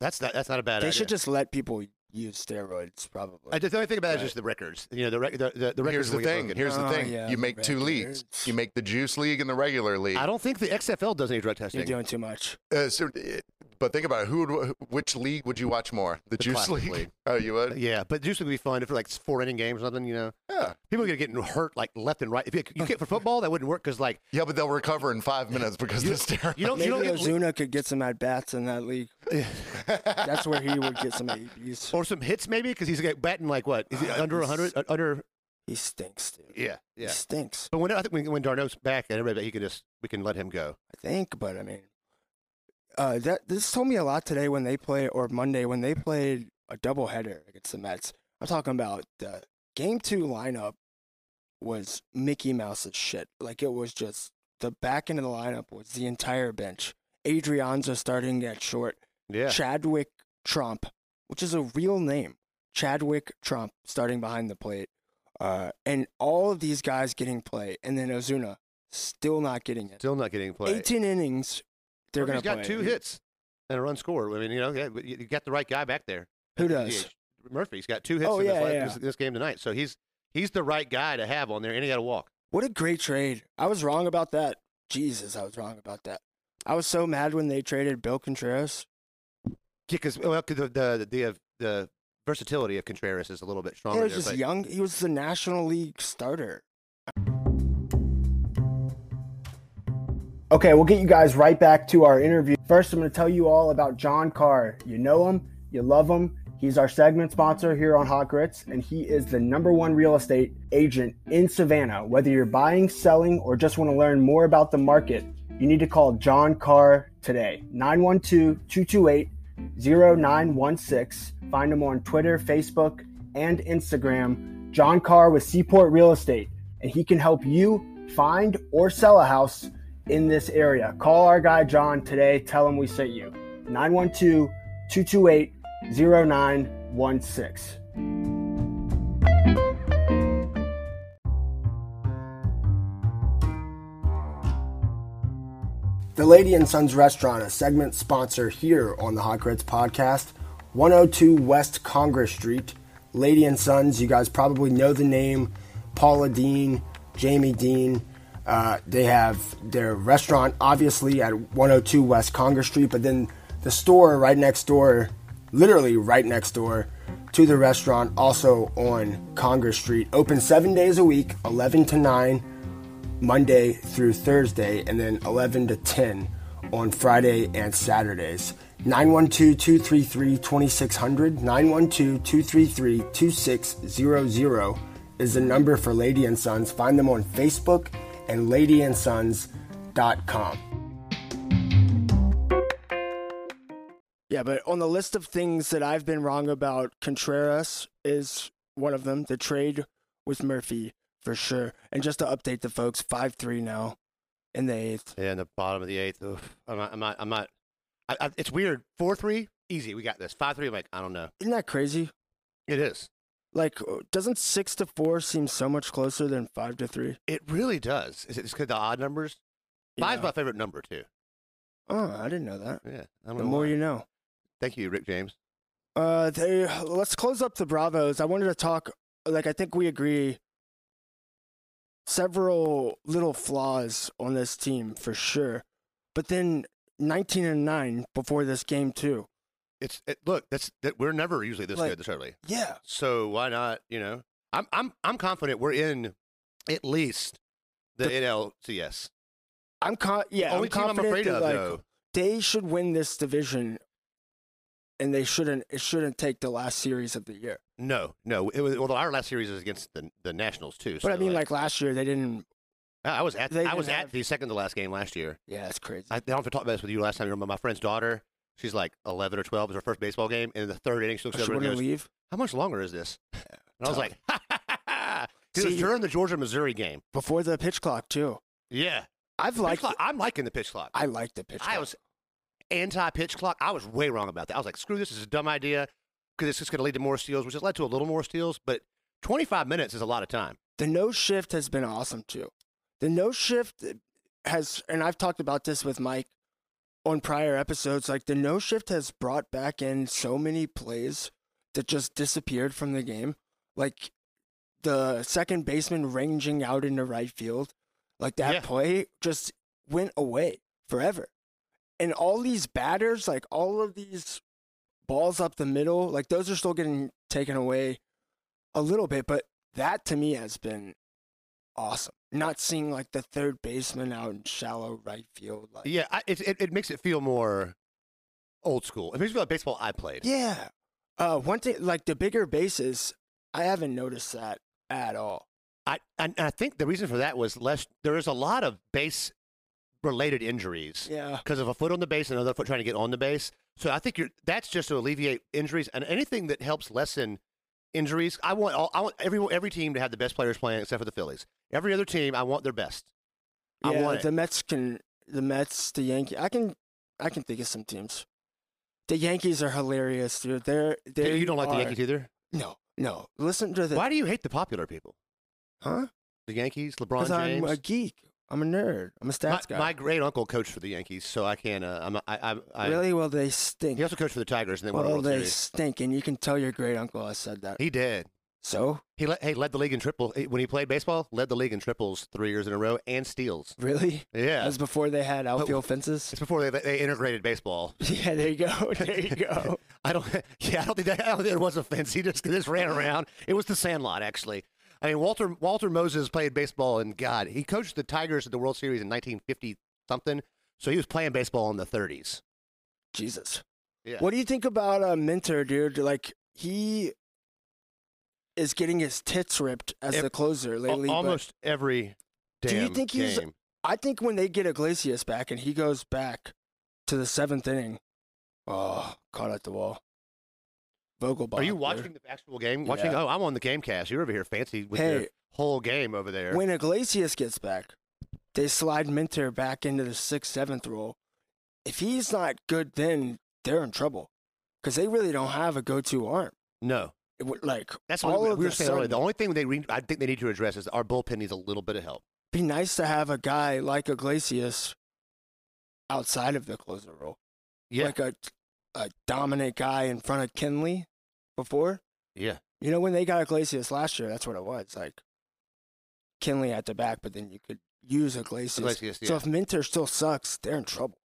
D: That's not that's not a bad
B: They
D: idea.
B: should just let people use steroids, probably.
D: I, the only thing about it is
B: Right.
D: just the records. You know, the rec- the, the, the records.
E: Here's the
D: will get
E: thing.
D: broken.
E: Here's the
B: Oh,
E: thing.
B: yeah,
E: you
B: the
E: make two leagues.
B: records.
E: You make the juice league and the regular league.
D: I don't think the XFL does any drug testing.
B: You're doing too much.
E: Uh, so, it- but think about it. Who, would, which league would you watch more? The,
D: The
E: Juice
D: Classic
E: league?
D: League.
E: Oh, you would?
D: yeah, but it used to be fun if like it's four inning games or something. You know,
E: Yeah.
D: people are getting hurt like left and right. If you, you get for football, that wouldn't work because like
E: Yeah, but they'll recover in five minutes because
D: You-
E: of the steroids.
D: you don't
B: Maybe
D: you don't get
B: Ozuna could get some at bats in that league. That's where he would get some ABs.
D: or some hits maybe because he's like, batting like what is he under
B: he's-
D: hundred under
B: He stinks, dude.
D: Uh, Yeah,
B: He
D: yeah.
B: stinks.
D: But when I think when, when Darno's back and everybody, he can just we can let him go.
B: I think, but I mean, uh, that this told me a lot today when they play or Monday when they played a doubleheader against the Mets. I'm talking about the game two lineup was Mickey Mouse's shit. Like it was just the back end of the lineup was the entire bench. Adrianza starting at short.
D: Yeah,
B: Chadwick Trump, which is a real name. Chadwick Trump starting behind the plate. Uh, and all of these guys getting play, and then Ozuna still not getting it.
D: still not getting played.
B: 18 innings. They're
D: Well,
B: going
D: he's
B: to play.
D: got two hits and a run scored. I mean, you know, yeah, but you you got the right guy back there.
B: Who
D: at the
B: does?
D: DH. Murphy's got two hits
B: Oh,
D: in this,
B: yeah,
D: la-
B: yeah.
D: this, this game tonight, so he's he's the right guy to have on there, and he got a walk.
B: What a great trade. I was wrong about that. Jesus, I was wrong about that. I was so mad when they traded Bill Contreras.
D: Yeah, because well, 'cause the the the, uh, the versatility of Contreras is a little bit
B: He
D: stronger.
B: was
D: there,
B: just
D: but-
B: young. He was the National League starter.
F: Okay, we'll get you guys right back to our interview. First, I'm going to tell you all about John Carr. You know him, you love him. He's our segment sponsor here on Hot Grits, and he is the number one real estate agent in Savannah. Whether you're buying, selling, or just want to learn more about the market, you need to call John Carr today. 912 228 0916. Find him on Twitter, Facebook, and Instagram. John Carr with Seaport Real Estate, and he can help you find or sell a house in this area. Call our guy John today. Tell him we sent you. 912 228 0916. The Lady and Sons Restaurant, a segment sponsor here on the Hot Grits Podcast, 102 West Congress Street. Lady and Sons, you guys probably know the name Paula Dean, Jamie Dean. Uh, they have their restaurant, obviously, at 102 West Congress Street, but then the store right next door, literally right next door to the restaurant, also on Congress Street. Open seven days a week, 11 to 9. Monday through Thursday, and then 11 to 10 on Friday and Saturdays. 912 233 2600, 912 233 2600 is the number for Lady and Sons. Find them on Facebook and ladyandsons.com.
B: Yeah, but on the list of things that I've been wrong about, Contreras is one of them. The trade with Murphy, for sure. And just to update the folks, 5 3 now in the eighth.
D: Yeah, in the bottom of the eighth. Oof. I'm not. I'm not. I'm not I, I, it's weird. Four three, easy. We got this. Five three. I'm like, I don't know.
B: Isn't that crazy?
D: It is.
B: Like, uh, doesn't 6 to 4 seem so much closer than 5 to 3?
D: It really does. Is it just 'cause the odd numbers? Five's my favorite number too.
B: Oh, I didn't know that.
D: Yeah. I don't
B: The
D: know
B: more
D: why.
B: you know.
D: Thank you, Rick James.
B: Uh, they, let's close up the Bravos. I wanted to talk. Like, I think we agree. Several little flaws on this team for sure, but then 19 and nine before this game too.
D: It's it, look. That's that. We're never usually this
B: Like-
D: good this early.
B: Yeah,
D: So why not? You know, I'm I'm I'm confident we're in at least the, NLCS.
B: I'm con. Yeah,
D: Only
B: I'm
D: team I'm
B: confident
D: afraid
B: that,
D: of
B: like,
D: though.
B: They should win this division, and they shouldn't. It shouldn't take the last series of the year.
D: No, no. It was, although our last series is against the the Nationals too.
B: But I
D: so,
B: mean, like last year, they didn't.
D: I I was at
B: they
D: I was
B: didn't
D: at
B: have-
D: the second to last game last year.
B: Yeah, it's crazy.
D: I, I don't have to talk about this with you last time. You remember my friend's daughter? She's like 11 or 12. It was her first baseball game. And in the third inning, she looks
B: Should
D: over and
B: we
D: goes,
B: leave?
D: How much longer is this? And I was
B: tough.
D: like, Ha ha ha! It was
B: See-
D: during the Georgia Missouri game.
B: before the pitch clock too.
D: Yeah.
B: I've
D: Pitch
B: liked.
D: clock, I'm liking the pitch clock.
B: I like the pitch.
D: I
B: clock.
D: was anti pitch clock. I was way wrong about that. I was like, screw this. This is a dumb idea because it's just going to lead to more steals, which has led to a little more steals. But 25 minutes is a lot of time.
B: The no shift has been awesome too. The no shift has, and I've talked about this with Mike on prior episodes, like the no shift has brought back in so many plays that just disappeared from the game. Like the second baseman ranging out into right field, like that
D: Yeah.
B: play just went away forever. And all these batters, like all of these balls up the middle, like those are still getting taken away a little bit, but that to me has been awesome. Not seeing like the third baseman out in shallow right field, like
D: Yeah. I, it, it, it makes it feel more old school. It makes me feel like baseball I played.
B: yeah. Uh, one thing like the bigger bases, I haven't noticed that at all.
D: I and I think the reason for that was less. There is a lot of base related injuries
B: Yeah.
D: because of a foot on the base and another foot trying to get on the base. So I think you're, that's just to alleviate injuries and anything that helps lessen injuries. I want all, I want every every team to have the best players playing except for the Phillies. Every other team, I want their best. I
B: yeah,
D: want it.
B: the Mets can the Mets, the Yankees. I can I can think of some teams. The Yankees are hilarious, dude. They're they
D: you don't like the
B: are-
D: Yankees either.
B: No, no. Listen to uh, the
D: Why do you hate the popular people?
B: huh?
D: The Yankees, LeBron
B: Because I'm
D: James.
B: a geek. I'm a nerd. I'm a
D: my,
B: stats guy.
D: my great uncle coached for the Yankees, so I can. Uh, I'm. I, I, I,
B: really? Well, they stink.
D: He also coached for the Tigers, and they won a
B: well,
D: World
B: they
D: Series.
B: stink, and you can tell your great uncle I said that.
D: He did.
B: so
D: He led, hey, led the league in triple eh, when he played baseball. Led the league in triples three years in a row and steals.
B: really,
D: Yeah,
B: that was before they had outfield fences.
D: it's before they, they integrated baseball.
B: Yeah, there you go. There you go.
D: I don't. Yeah, I don't think that. I don't think it was a fence. He just, just ran around. It was the Sandlot, actually. I mean, Walter Walter Moses played baseball, and God, he coached the Tigers at the World Series in 1950 something. So he was playing baseball in the 30s.
B: Jesus.
D: Yeah.
B: What do you think about a mentor, dude? Like he is getting his tits ripped as
D: Ev-
B: the closer
D: Al-
B: lately. but
D: almost every
B: Do
D: damn
B: you think he's-
D: game.
B: I think when they get Iglesias back and he goes back to the seventh inning, oh, caught at the wall. Vogelbach.
D: Are you
B: dude.
D: watching the actual game? Watching?
B: Yeah.
D: Oh, I'm on the GameCast. You're over here fancy with your
B: Hey.
D: whole game over there.
B: When Iglesias gets back, they slide Mentor back into the sixth, seventh role. If he's not good, then they're in trouble because they really don't have a go-to arm.
D: no,
B: It would- like
D: that's what
B: all
D: we,
B: of
D: we were
B: a
D: saying. earlier.
B: sudden-
D: The only thing they re- I think they need to address is our bullpen needs a little bit of help.
B: be nice to have a guy like Iglesias outside of the closer role,
D: Yeah,
B: like a a dominant guy in front of Kinley before.
D: yeah.
B: You know when they got Iglesias last year, that's what it was like. Kinley at the back, but then you could use Iglesias.
D: Iglesias,
B: So
D: yeah.
B: if Minter still sucks, they're in trouble.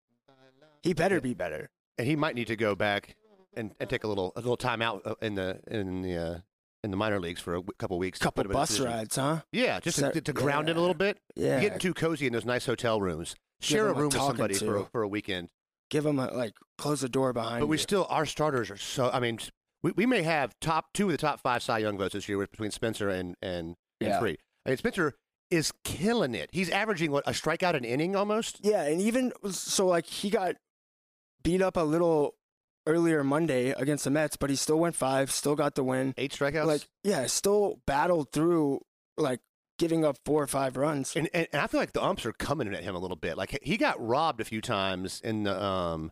B: He better
D: Yeah.
B: be better.
D: And he might need to go back and, and take a little a little time out uh, in the in the uh, in the minor leagues for a w- couple weeks. to
B: Couple
D: put him in a
B: bus
D: position.
B: rides, huh?
D: Yeah, just to,
B: So-
D: to ground in a
B: yeah.
D: little bit.
B: Yeah.
D: You're getting too cozy in those nice hotel rooms.
B: Give
D: Share a
B: him a
D: room with
B: talking
D: somebody for a,
B: to.
D: for a weekend.
B: Give him a like close the door behind
D: But we
B: you.
D: still, our starters are so. I mean, we, we may have top two of the top five Cy Young votes this year with- between Spencer and and, and
B: Yeah.
D: Free. I mean, Spencer is killing it. He's averaging what a strikeout an inning almost.
B: Yeah, and even so, like he got beat up a little earlier Monday against the Mets, but he still went five, still got the win.
D: Eight strikeouts.
B: Like, yeah, still battled through, like giving up four or five runs.
D: and, and, and I feel like the umps are coming in at him a little bit. Like he got robbed a few times in the um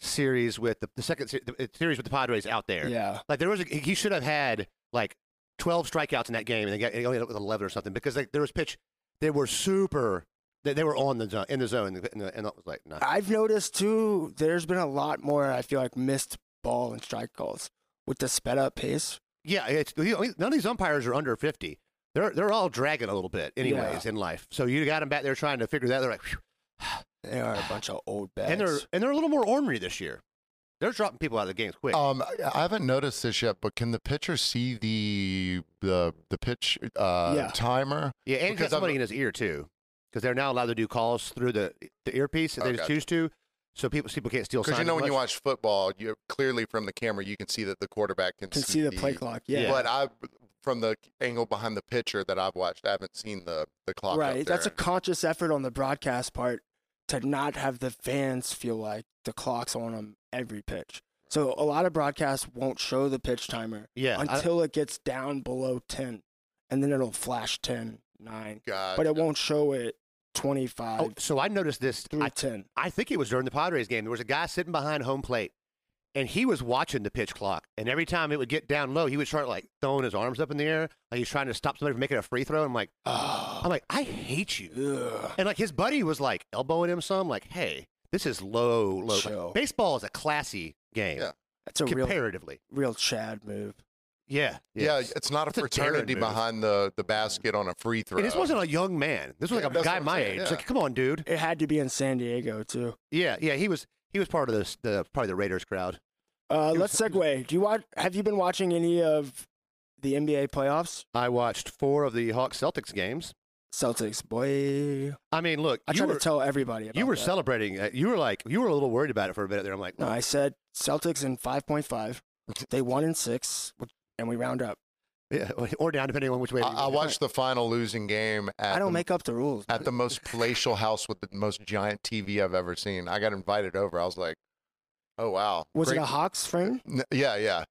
D: series with the, the second se- the series with the Padres out there.
B: Yeah,
D: Like there was a, he should have had like twelve strikeouts in that game, and they got, he only ended up with eleven or something because like there was pitch they were super they, they were on the zone in the zone, and, the, and that was like nah.
B: I've noticed too. There's been a lot more. I feel like missed ball and strike calls with the sped up pace.
D: yeah, it's, he- he- none of these umpires are under fifty. They're they're all dragging a little bit anyways in life. So you got them back there trying to figure that. They're like, "Phew."
B: They are a bunch of old bags.
D: and they're and they're a little more ornery this year. They're dropping people out of the games quick.
E: Um, I- I haven't noticed this yet, but can the pitcher see the the the pitch uh,
B: Yeah.
E: timer?
D: Yeah, and he's got
E: Because I'm-
D: somebody in his ear too, because they're now allowed to do calls through the the earpiece if they
E: Oh,
D: just
E: gotcha.
D: choose to. So people people can't steal.
E: Because you
D: signs
E: know
D: as
E: when you
D: much.
E: watch football, you clearly from the camera you can see that the quarterback can,
B: can see the play clock. Yeah,
E: But I, from the angle behind the pitcher that I've watched, I haven't seen the the clock. up
B: right. That's a
E: there.
B: conscious effort on the broadcast part to not have the fans feel like the clock's on them every pitch. So a lot of broadcasts won't show the pitch timer
D: Yeah, I-
B: until it gets down below 10 and then it'll flash 10, 9,
E: God.
B: but it won't show it 25
D: Oh, so I noticed this.
B: through
D: I,
B: 10.
D: I think it was during the Padres game. There was a guy sitting behind home plate, and he was watching the pitch clock. And every time it would get down low, he would start like throwing his arms up in the air, like he's trying to stop somebody from making a free throw. I'm like, I'm like, I hate you.
B: Ugh.
D: And like his buddy was like elbowing him some, like, hey, this is low, low. Like,
B: Chill.
D: baseball is a classy game
E: Yeah.
B: That's a real
D: comparatively.
B: real Chad move.
D: Yeah.
E: yeah,
D: yes.
E: it's not a
D: It's a daring
E: fraternity
D: move.
E: behind the the basket on a free throw.
D: And this wasn't a young man. This was
E: Yeah,
D: like a
E: that's
D: guy
E: what I'm
D: my
E: saying,
D: age. It's
E: yeah.
D: Like, come on, dude.
B: It had to be in San Diego too.
D: Yeah, yeah. He was he was part of this the probably the Raiders crowd.
B: Uh, let's segue. Do you watch have you been watching any of the NBA playoffs?
D: I watched four of the Hawks Celtics games.
B: Celtics, boy.
D: I mean, look,
B: I
D: you
B: try
D: were
B: to tell everybody. About
D: you were
B: that.
D: celebrating. uh, You were like you were a little worried about it for a minute there. I'm like,
B: No, I said Celtics in five point five. They won in six, which- and we round up.
D: Yeah, or down, depending on which way.
E: I, I watched the final losing game at
B: I don't
E: the,
B: make up the rules.
E: at the most palatial house with the most giant TV I've ever seen. I got invited over. I was like, oh wow,
B: Was
E: Great-
B: it a Hawks frame?
E: N- yeah, yeah,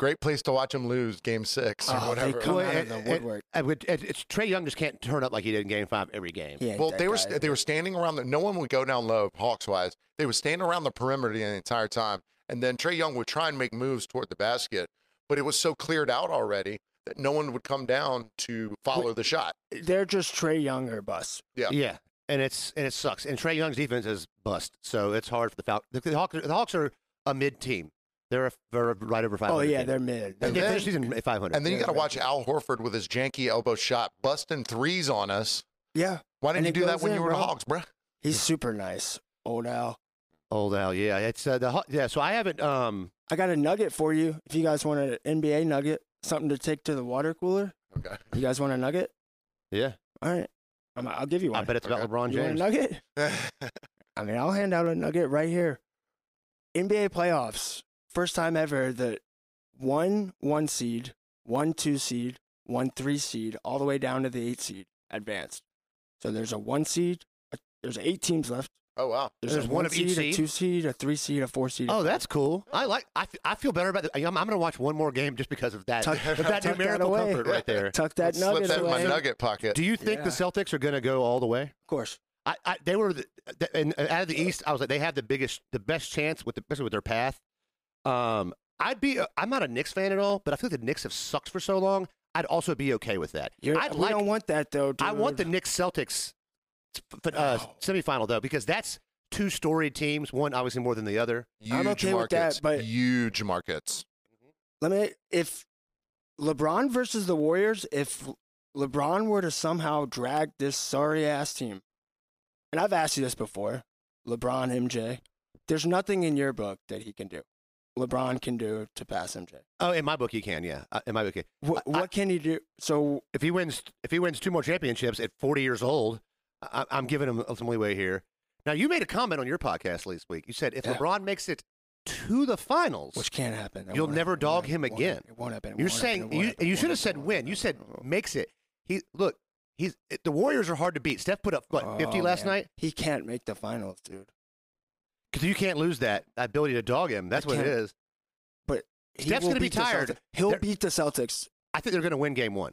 E: great place to watch him lose Game Six or
B: Oh, they
E: whatever.
B: come out of
D: and-
B: the
D: and-
B: woodwork.
D: I would, Uh, it, it's Trey Young just can't turn up like he did in Game Five every game.
B: Yeah.
E: Well,
B: that
E: they were
B: guy.
E: st- they were standing around. The, no one would go down low, Hawks wise. They were standing around the perimeter the entire time, and then Trey Young would try and make moves toward the basket, but it was so cleared out already that no one would come down to follow the shot.
B: They're just Trey Young or bus.
E: Yeah.
D: Yeah, and it's and it sucks. And Trey Young's defense is bust, so it's hard for the Falcons. The, the Hawks, the Hawks are a mid team. They're, a, they're right over five
B: Oh
D: hundred.
B: yeah, they're mid.
D: they
E: And then-
D: finished season at five hundred.
E: And then you got to watch Al Horford with his janky elbow shot busting threes on us.
B: yeah,
E: Why didn't
B: And it
E: you do that
B: goes
E: when
B: in,
E: you were the
B: bro.
E: Hawks, bruh?
B: he's super nice. Old Al.
D: old Al. Yeah, it's uh, the Haw- yeah. So I haven't. Um,
B: I got a nugget for you. If you guys want an NBA nugget, something to take to the water cooler.
E: Okay.
B: You guys want a nugget?
D: yeah,
B: All right, I'm, I'll give you
D: I
B: one.
D: bet it's about
E: Okay.
D: LeBron
B: you want a
D: James.
B: nugget? I mean, I'll hand out a nugget right here. NBA playoffs, first time ever that one one seed, one two seed, one three seed, all the way down to the eight seed advanced. So there's a one seed. A, there's eight teams left.
E: oh wow.
B: a
D: There's one of each
B: a
D: seed?
B: two seed, a three seed, a four seed. a
D: Oh, that's cool. I like. I, f- I feel better about. The, I'm, I'm going to watch one more game just because of that.
B: Tuck- tuck
D: of that
B: that
D: numerical
B: away.
D: comfort right there.
B: Tuck that
E: Slip
B: nugget
E: that in my
B: away.
E: nugget pocket.
D: Do you think the
B: Yeah.
D: Celtics are going to go all the way?
B: Of course.
D: I, I they were the, the, and uh, out of the East. I was like, they have the biggest, the best chance with the, especially with their path. Um, I'd be. uh, I'm not a Knicks fan at all, but I feel like the Knicks have sucked for so long. I'd also be okay with that.
B: You're,
D: I'd
B: we
D: like.
B: don't want that though. Dude. Oh.
D: I want the Knicks Celtics f- uh,
B: No.
D: semifinal though, because that's two storied teams. One obviously more than the other.
E: Huge
B: I'm okay with that,
E: markets.
B: but-
E: huge markets.
B: Let me. If LeBron versus the Warriors, if LeBron were to somehow drag this sorry ass team, and I've asked you this before, LeBron MJ, there's nothing in your book that he can do. LeBron can do to pass MJ.
D: Oh, in my book, he can. Yeah, Uh, in my book, he-
B: What,
D: I- I-
B: what can he do? So
D: if he wins, if he wins two more championships at 40 years old, I, I'm giving him some leeway here. Now, you made a comment on your podcast last week. You said if
B: Yeah.
D: LeBron makes it to the finals,
B: which can't happen. That
D: You'll
B: won't
D: never
B: happen. It
D: dog
B: won't
D: him
B: happen. It won't
D: again.
B: happen. It won't happen. It
D: you're
B: won't happen. It
D: saying
B: won't
D: you,
B: happen. It
D: you
B: won't
D: should have
B: happen. It
D: said
B: won't
D: win.
B: happen.
D: You
B: It
D: said
B: won't happen.
D: makes it. He look, he's the Warriors are hard to beat. Steph put up what 50
B: Oh,
D: last
B: man.
D: night
B: He can't make the finals, dude.
D: because you can't lose that ability to dog him.
B: I
D: That's what it
B: can't-
D: is.
B: He
D: Steph's
B: will
D: gonna be
B: beat the
D: tired.
B: Celtics. He'll
D: They're-
B: beat the Celtics.
D: I think they're going to win game one.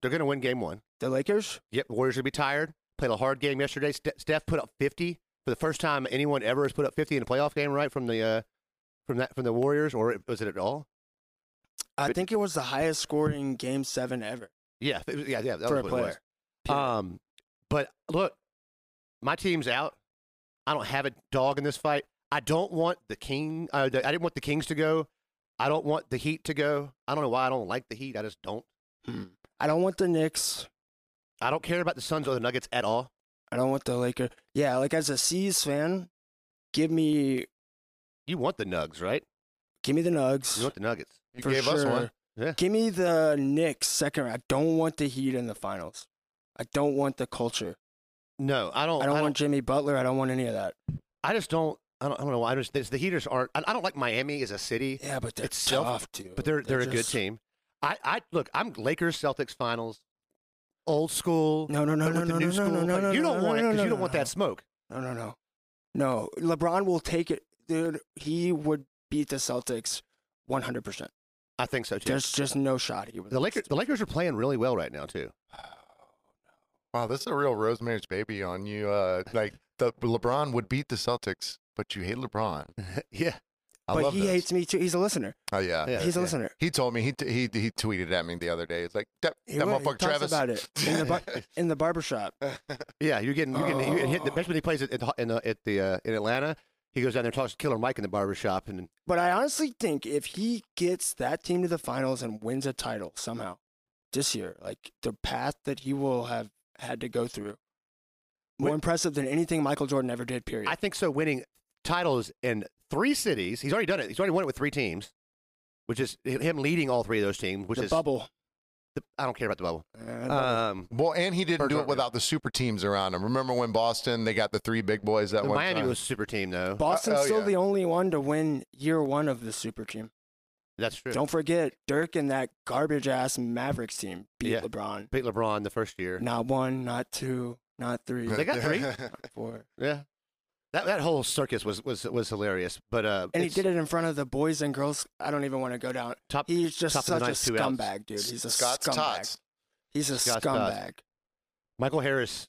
D: They're going to win game one.
B: The Lakers?
D: Yep, Warriors are going to be tired. Played a hard game yesterday. Ste- Steph put up 50 for the first time anyone ever has put up 50 in a playoff game, right? From the uh, from that from the Warriors, or was it at all?
B: I think it was the highest scoring game seven ever
D: Yeah, it was- yeah, yeah. That
B: for a
D: was what
B: player.
D: It was. Um, but look, my team's out. I don't have a dog in this fight. I don't want the king. Uh, the, I didn't want the Kings to go. I don't want the Heat to go. I don't know why I don't like the Heat. I just don't.
B: I don't want the Knicks.
D: I don't care about the Suns or the Nuggets at all.
B: I don't want the Lakers. Yeah, like as a C's fan, give me
D: You want the Nugs, right?
B: give me the
D: You
B: Nugs.
D: want the Nuggets.
E: You
B: For
E: gave us one.
B: sure.
D: Yeah.
B: Give me the Knicks second round. I don't want the Heat in the finals. I don't want the culture.
D: No, Oh, I don't.
B: I don't want Jimmy Butler. I don't want any of that.
D: I just don't. I don't, I don't know. why. I just the, the Heaters aren't. I, I don't like Miami as a city,
B: Yeah, but they're
D: It's tough,
B: tough, dude.
D: but they're they're, a good
B: just-
D: team. I, I look. I'm Lakers Celtics finals, old school.
B: No, no, no,
D: but
B: no,
D: with the
B: no,
D: new
B: no,
D: school.
B: no, no,
D: like,
B: no.
D: you don't
B: no,
D: want it
B: no,
D: because
B: no,
D: you don't
B: no,
D: want
B: no.
D: that smoke.
B: No, no, no. No, LeBron will take it. Dude, he would beat the Celtics 100%.
D: I think so too.
B: There's just no shot he would.
D: the
B: lose.
D: Lakers. The Lakers are playing really well right now too.
E: Wow, this is a real Rosemary's Baby on you. Uh, like the LeBron would beat the Celtics, but you hate LeBron.
D: yeah.
E: I
B: but
E: love
B: he
E: this.
B: hates me too. He's a listener.
E: Oh yeah.
D: Yeah.
B: He's a listener.
E: He told me he t- he he tweeted at me the other day. It's like that,
B: He,
E: that
B: wa- he
E: motherfucker
B: talks
E: Travis.
B: about it in the, bar- in the barbershop.
D: Yeah, you're getting you're getting, you're getting hit. Especially when he plays at at, in the, at the uh, in Atlanta, he goes down there and talks to Killer Mike in the barber shop, and
B: But I honestly think if he gets that team to the finals and wins a title somehow this year, like the path that he will have had to go through, more
D: Wait.
B: impressive than anything Michael Jordan ever did, period.
D: I think so. Winning titles in three cities, he's already done it. He's already won it with three teams, which is him leading all three of those teams. Which
B: the
D: is
B: bubble.
D: the- I don't care about the bubble.
B: Uh, the bubble.
D: Um,
E: well, and he didn't
D: Or
E: do it
D: Jordan.
E: without the super teams around him. Remember when Boston they got the three big boys that
D: the
E: one
D: Miami
E: time?
D: was a super team though.
B: Boston's
E: oh,
B: still
E: yeah.
B: the only one to win year one of the super team.
D: That's true.
B: Don't forget Dirk and that garbage ass Mavericks team beat
D: Yeah.
B: LeBron.
D: beat LeBron the first year.
B: Not one, not two, not three,
D: They got three.
B: not four.
D: Yeah. That that whole circus was was was hilarious. But uh
B: And he
D: it's-
B: did it in front of the boys and girls. I don't even want to go down.
D: Top-
B: He's just
D: top of the
B: such a
D: ninth, two outs.
B: scumbag, dude. He's a
E: Scott's
B: scumbag.
E: tots.
B: He's a
D: Scott's tots.
B: scumbag.
D: Michael Harris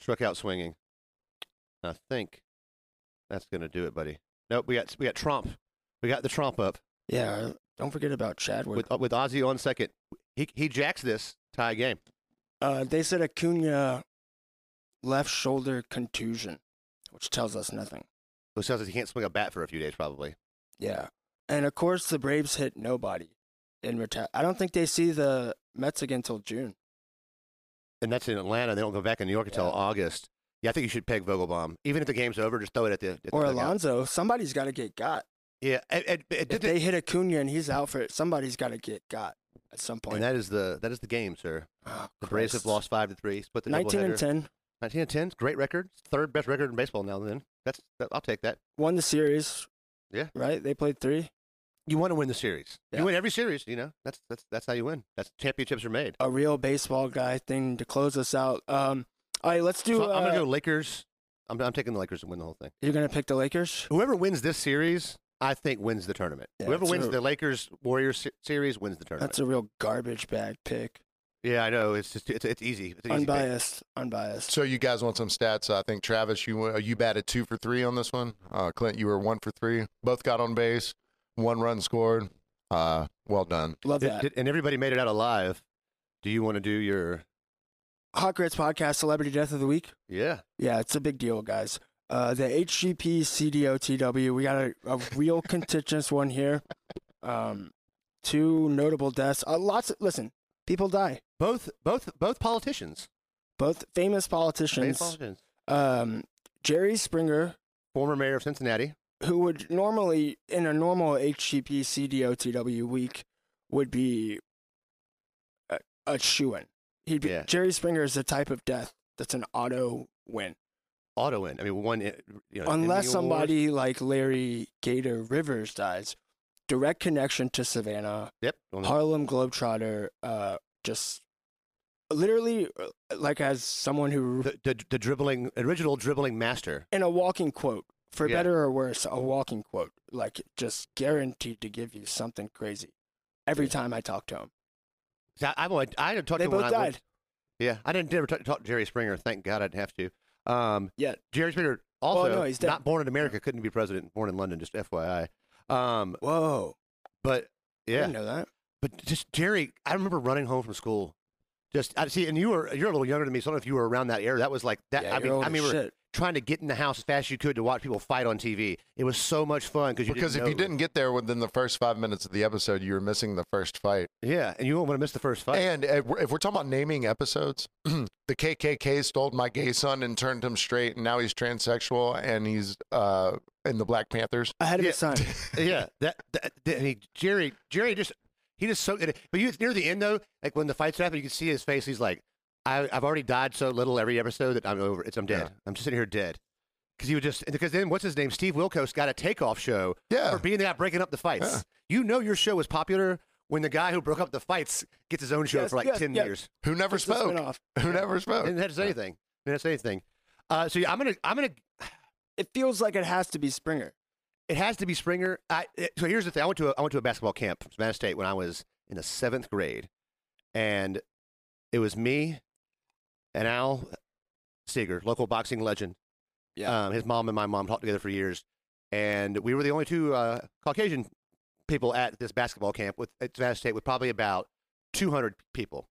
D: struck out swinging. I think that's gonna do it, buddy. Nope, we got we got Trump. We got the Trump up
B: Yeah. Don't forget about Chadwick.
D: with uh, with Ozzy on second. He he jacks this tie game.
B: Uh, they said Acuna left shoulder contusion, which tells us nothing.
D: Who says he can't swing a bat for a few days probably.
B: Yeah. And of course, the Braves hit nobody in return. I don't think they see the Mets again till June.
D: And that's in Atlanta. They don't go back in New York until
B: Yeah.
D: August. Yeah, I think you should peg Vogelbaum. Even if the game's over, just throw it at the at the
B: Or
D: dugout.
B: Alonzo, somebody's got to get got.
D: Yeah, it, it, it
B: If
D: did
B: they hit Acuna and he's out for it, somebody's got to get got at some point.
D: and that is the that is the game, sir.
B: Oh,
D: The Braves
B: Christ.
D: have lost five to three. Split the
B: 19
D: doubleheader.
B: and 10.
D: 19 and 10, 's great record. Third best record in baseball now. Then that's that, I'll take that.
B: Won the series.
D: Yeah.
B: Right? They played three.
D: You want to win the series.
B: Yeah.
D: You win every series. You know that's that's that's how you win. That's championships are made.
B: A real baseball guy thing to close us out. Um, all right, let's do.
D: So I'm
B: uh,
D: gonna go Lakers. I'm, I'm taking the Lakers to win the whole thing.
B: You're going to pick the Lakers?
D: Whoever wins this series, I think wins the tournament.
B: Yeah,
D: Whoever
B: it's
D: wins
B: a-
D: the Lakers Warriors se- series wins the tournament.
B: That's a real garbage bag pick.
D: yeah, I know. It's just it's, it's easy. It's an easy pick.
B: Unbiased. Unbiased.
E: So you guys want some stats? I think Travis, you went- you batted two for three on this one. Uh, Clint, you were one for three. Both got on base. One run scored. Uh, well done.
B: Love
D: Did-
B: that.
D: did- and everybody made it out alive. Do you want to do your
B: Hot Grits Podcast Celebrity Death of the Week.
D: yeah?
B: Yeah, it's a big deal, guys. Uh, the HGP CDOTW, we got a, a real contentious one here. Um, two notable deaths. Uh, lots of, listen, people die.
D: Both both both politicians.
B: Both famous
D: Famous
B: politicians.
D: politicians.
B: Um, Jerry Springer,
D: Former mayor of Cincinnati.
B: who would normally, in a normal HGP CDOTW week, would be a, a shoo-in. He'd be,
D: Yeah.
B: Jerry Springer is the type of death that's an auto win.
D: auto win. I mean, one you know, Emmy
B: unless
D: Award.
B: somebody like Larry Gator Rivers dies, direct connection to Savannah,
D: Yep. on the-
B: Harlem Globetrotter, uh, just literally uh, like as someone who,
D: the, the the dribbling original dribbling master.
B: in a walking quote, for
D: Yeah.
B: better or worse, a walking quote, like just guaranteed to give you something crazy every time I talk to him.
D: So I, I, I didn't talk
B: They
D: to him when
B: both
D: I went-
B: died.
D: yeah, I didn't ever talk, talk to Jerry Springer. Thank God I didn't have to. Um,
B: Yeah.
D: Jerry Springer also
B: no, he's dead.
D: not born in America, couldn't be president. Born in London, just FYI. Um,
B: Whoa.
D: but
B: I
D: yeah,
B: didn't know that.
D: but just Jerry. I remember running home from school. Just I see, and you were you're a little younger than me, so I don't know if you were around that era. That was like that.
B: yeah,
D: I
B: you're
D: mean,
B: old
D: I
B: as
D: mean, we were
B: shit.
D: trying to get in the house as fast as you could to watch people fight on TV. It was so much fun you
E: Because if
D: know
E: you
D: it was-
E: didn't get there within the first five minutes of the episode, you were missing the first fight.
D: yeah, and you won't want to miss the first fight.
E: And if we're, if we're talking about naming episodes, the KKK stole my gay son and turned him straight, and now he's transsexual and he's uh, in the Black Panthers.
B: Ahead of
D: Yeah.
B: his time.
D: yeah, that, that, that- he, Jerry Jerry just he just so good. But you near the end though, like when the fights happen, you can see his face. He's like, I, I've already died so little every episode that I'm over. It's I'm dead. I'm just sitting here dead. Because he would just because then what's his name? Steve Wilkos got a takeoff show
E: Yeah.
D: for being the guy breaking up the fights. You know your show was popular when the guy who broke up the fights gets his own show
B: Yes,
D: for like
B: yes,
D: ten
B: yes. Oh,
D: years.
E: Who never
B: It's a
E: spoke?
B: spinoff.
E: Who never spoke?
D: Didn't have to say anything. Didn't have to say anything. Uh, so yeah, I'm gonna I'm gonna
B: It feels like it has to be Springer.
D: It has to be Springer. I, it- so here's the thing. I went to a, I went to a basketball camp, Savannah State, when I was in the seventh grade, and it was me and Al Seeger, local boxing legend.
B: Yeah.
D: Um, his mom and my mom talked together for years, and we were the only two uh, Caucasian people at this basketball camp with at Savannah State with probably about 200 people.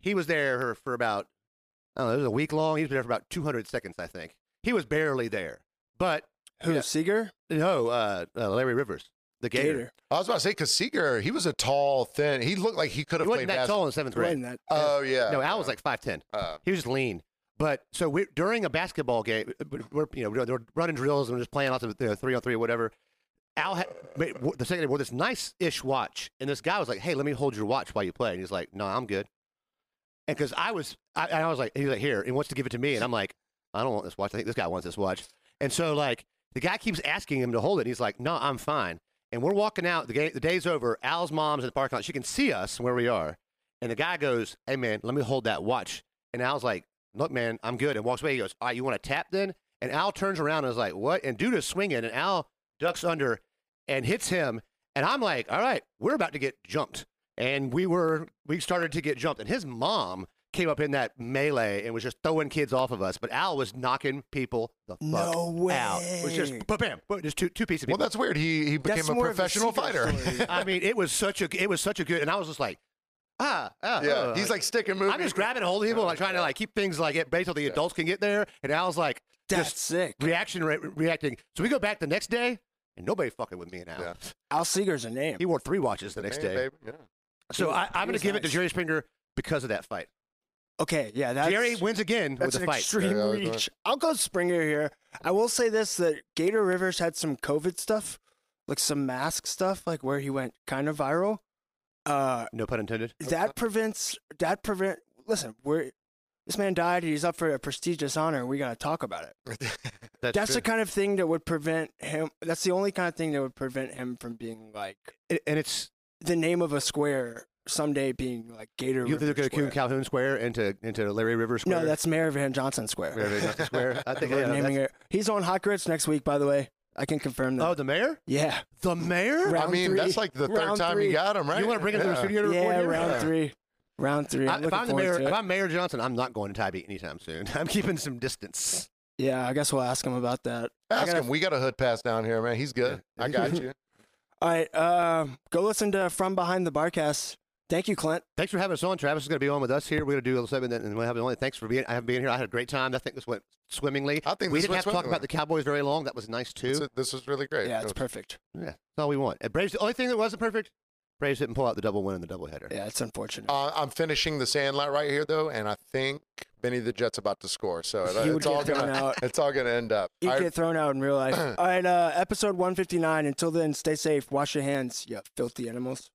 D: He was there for about I don't know, it was a week long. He was there for about 200 seconds, I think. He was barely there, but
B: Who,
D: Yeah.
B: Seager?
D: no, uh, uh, Larry Rivers, the Gator.
E: I was about to say, because Seeger, he was a tall, thin. He looked like he could
D: He
E: have
D: wasn't
E: played
D: that
E: basketball.
D: tall in seventh grade.
B: Wasn't that?
E: Oh, yeah.
D: no, Al was like five ten.
E: Uh,
D: He was just lean. But so we during a basketball game, uh, we're you know we're, we're running drills and we're just playing lots of you know, three on three or whatever. Al had, made- w- the second day wore this nice ish watch, and this guy was like, "Hey, let me hold your watch while you play." And he's like, "No, I'm good." And because I was, I, and I was like, he was like, "Here," and he wants to give it to me, and I'm like, "I don't want this watch. I think this guy wants this watch." And so like the guy keeps asking him to hold it. He's like, "No, I'm fine." And we're walking out. The, game, the day's over. Al's mom's in the parking lot. She can see us where we are. And the guy goes, Hey, man, let me hold that watch. And Al's like, Look, man, I'm good. And walks away. He goes, All right, you want to tap then? And Al turns around and is like, What? And dude is swinging. And Al ducks under and hits him. And I'm like, All right, we're about to get jumped. And we were, we started to get jumped. And his mom came up in that melee and was just throwing kids off of us. But Al was knocking people the fuck
B: No way.
D: out. It was just, ba- bam, bam, just two, two pieces of
E: Well,
D: people.
E: that's weird. He he became
B: That's
E: a
B: more of a
E: professional
B: secret
E: fighter.
B: story.
D: I mean, it was such a it was such a good, and I was just like, ah, ah
E: yeah,
D: uh,
E: he's like stick and moving.
D: I'm just grabbing hold of people, like trying to like keep things like at bay so the adults can get there, and Al's like
B: That's
D: just
B: sick.
D: reaction re- reacting. So we go back the next day, and nobody fucking with me and Al.
E: Yeah.
B: Al Seeger's a name.
D: He wore three watches the
E: Man,
D: next day.
E: baby, yeah.
D: So
B: He-
D: I,
B: he
D: I'm going
B: was
D: to give it to
B: nice.
D: Jerry Springer because of that fight.
B: Okay, yeah, that's
D: Jerry wins again
B: That's
D: with
B: an
D: the fight.
B: extreme
E: Yeah, I was going-
B: reach. I'll go Springer here. I will say this: that Gator Rivers had some COVID stuff, like some mask stuff, like where he went kind of viral. Uh,
D: no pun intended.
B: that prevents that prevent. Listen, we're this man died. He's up for a prestigious honor. We gotta talk about it.
D: That's,
B: That's
D: true.
B: the kind of thing that would prevent him. That's the only kind of thing that would prevent him from being like
D: And- and it's
B: the name of a square someday being like Gator.
D: you have to
B: Rivers
D: look at Coon
B: Square.
D: Calhoun Square into into Larry River Square.
B: No, that's Mayor Van Johnson Square.
D: Larry River Johnson Square. I think
B: We're
D: yeah, that's-
B: naming it. He's on Hot Grits next week, by the way. I can confirm that.
D: Oh, the mayor?
B: yeah.
D: The mayor?
E: I
B: Round
E: mean, that's
B: three.
E: like the third
B: Round
E: time
B: three.
E: you got him, right?
D: You want to bring him to the
E: Yeah.
D: studio to record
B: Yeah,
D: here?
B: round
E: Yeah.
B: three. Round three.
D: I-
B: I'm
D: if
B: looking
D: I'm the
B: forward
D: mayor,
B: to it.
D: if I'm Mayor Johnson, I'm not going to Tybee anytime soon. I'm keeping some distance.
B: yeah, I guess we'll ask him about that. I
E: Ask
B: gotta-
E: him. We got a hood pass down here, man. He's good.
D: Yeah.
E: I got you.
B: All right, um, go listen to From Behind the Barcast. Thank you, Clint.
D: Thanks for having us on. Travis is going to be on with us here. We're going to do a little segment, and we'll have it on. Thanks for being. I have being here. I had a great time. I think this went swimmingly.
E: I think
D: we
E: this
D: didn't
E: went
D: have to talk
E: swimmingly.
D: about the Cowboys very long. That was nice too.
E: This is- This was really great.
B: Yeah, it's
E: It was-
B: perfect.
D: yeah, that's all we want. And Braves. The only thing that wasn't perfect, Braves didn't pull out the double win in the doubleheader.
B: Yeah, it's
D: Oh,
B: unfortunate.
E: Uh, I'm finishing the Sandlot right here, though, and I think Benny the Jet's about to score, so it-
B: You would
E: it's all
B: get thrown
E: gonna
B: out.
E: it's all gonna end up.
B: You
E: All right,
B: get thrown out in real life. All right, uh, episode 159. Until then, stay safe. Wash your hands, you filthy animals.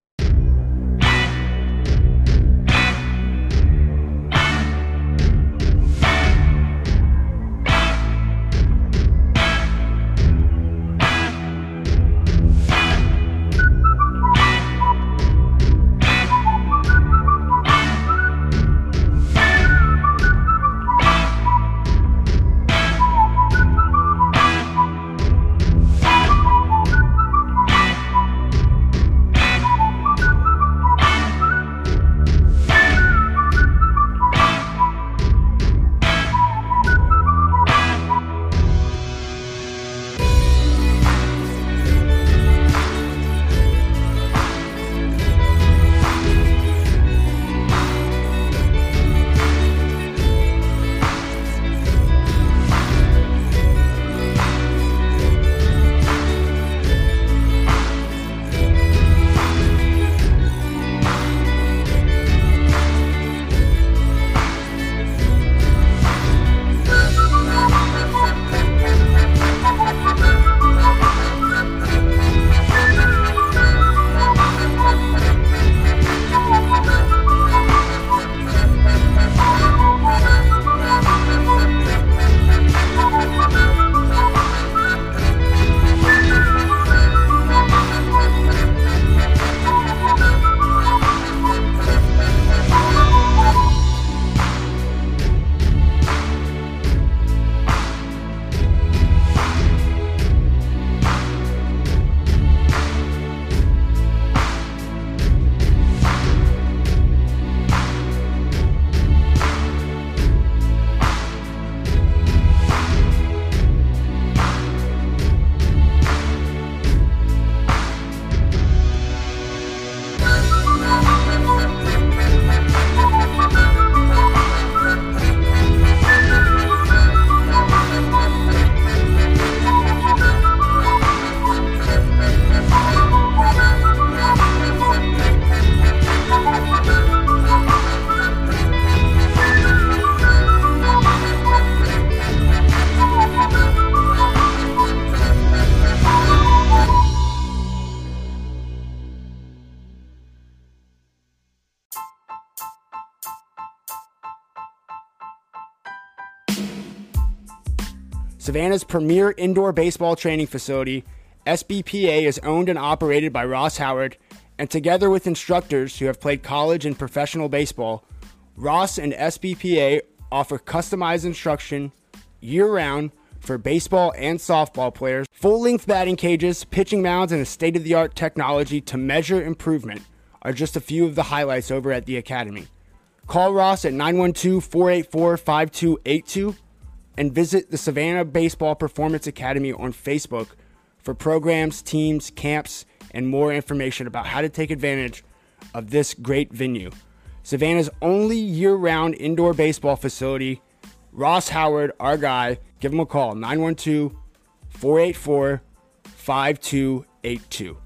B: Savannah's premier indoor baseball training facility
F: SBPA is owned and operated by Ross Howard, and together with instructors who have played college and professional baseball, Ross and SBPA offer customized instruction year round for baseball and softball players, full length batting cages, pitching mounds, and a state of the art technology to measure improvement are just a few of the highlights over at the Academy. Call Ross at 912 484 5282 and visit the Savannah Baseball Performance Academy on Facebook for programs, teams, camps, and more information about how to take advantage of this great venue. Savannah's only year round indoor baseball facility. Ross Howard, our guy, give him a call 912 484 5282.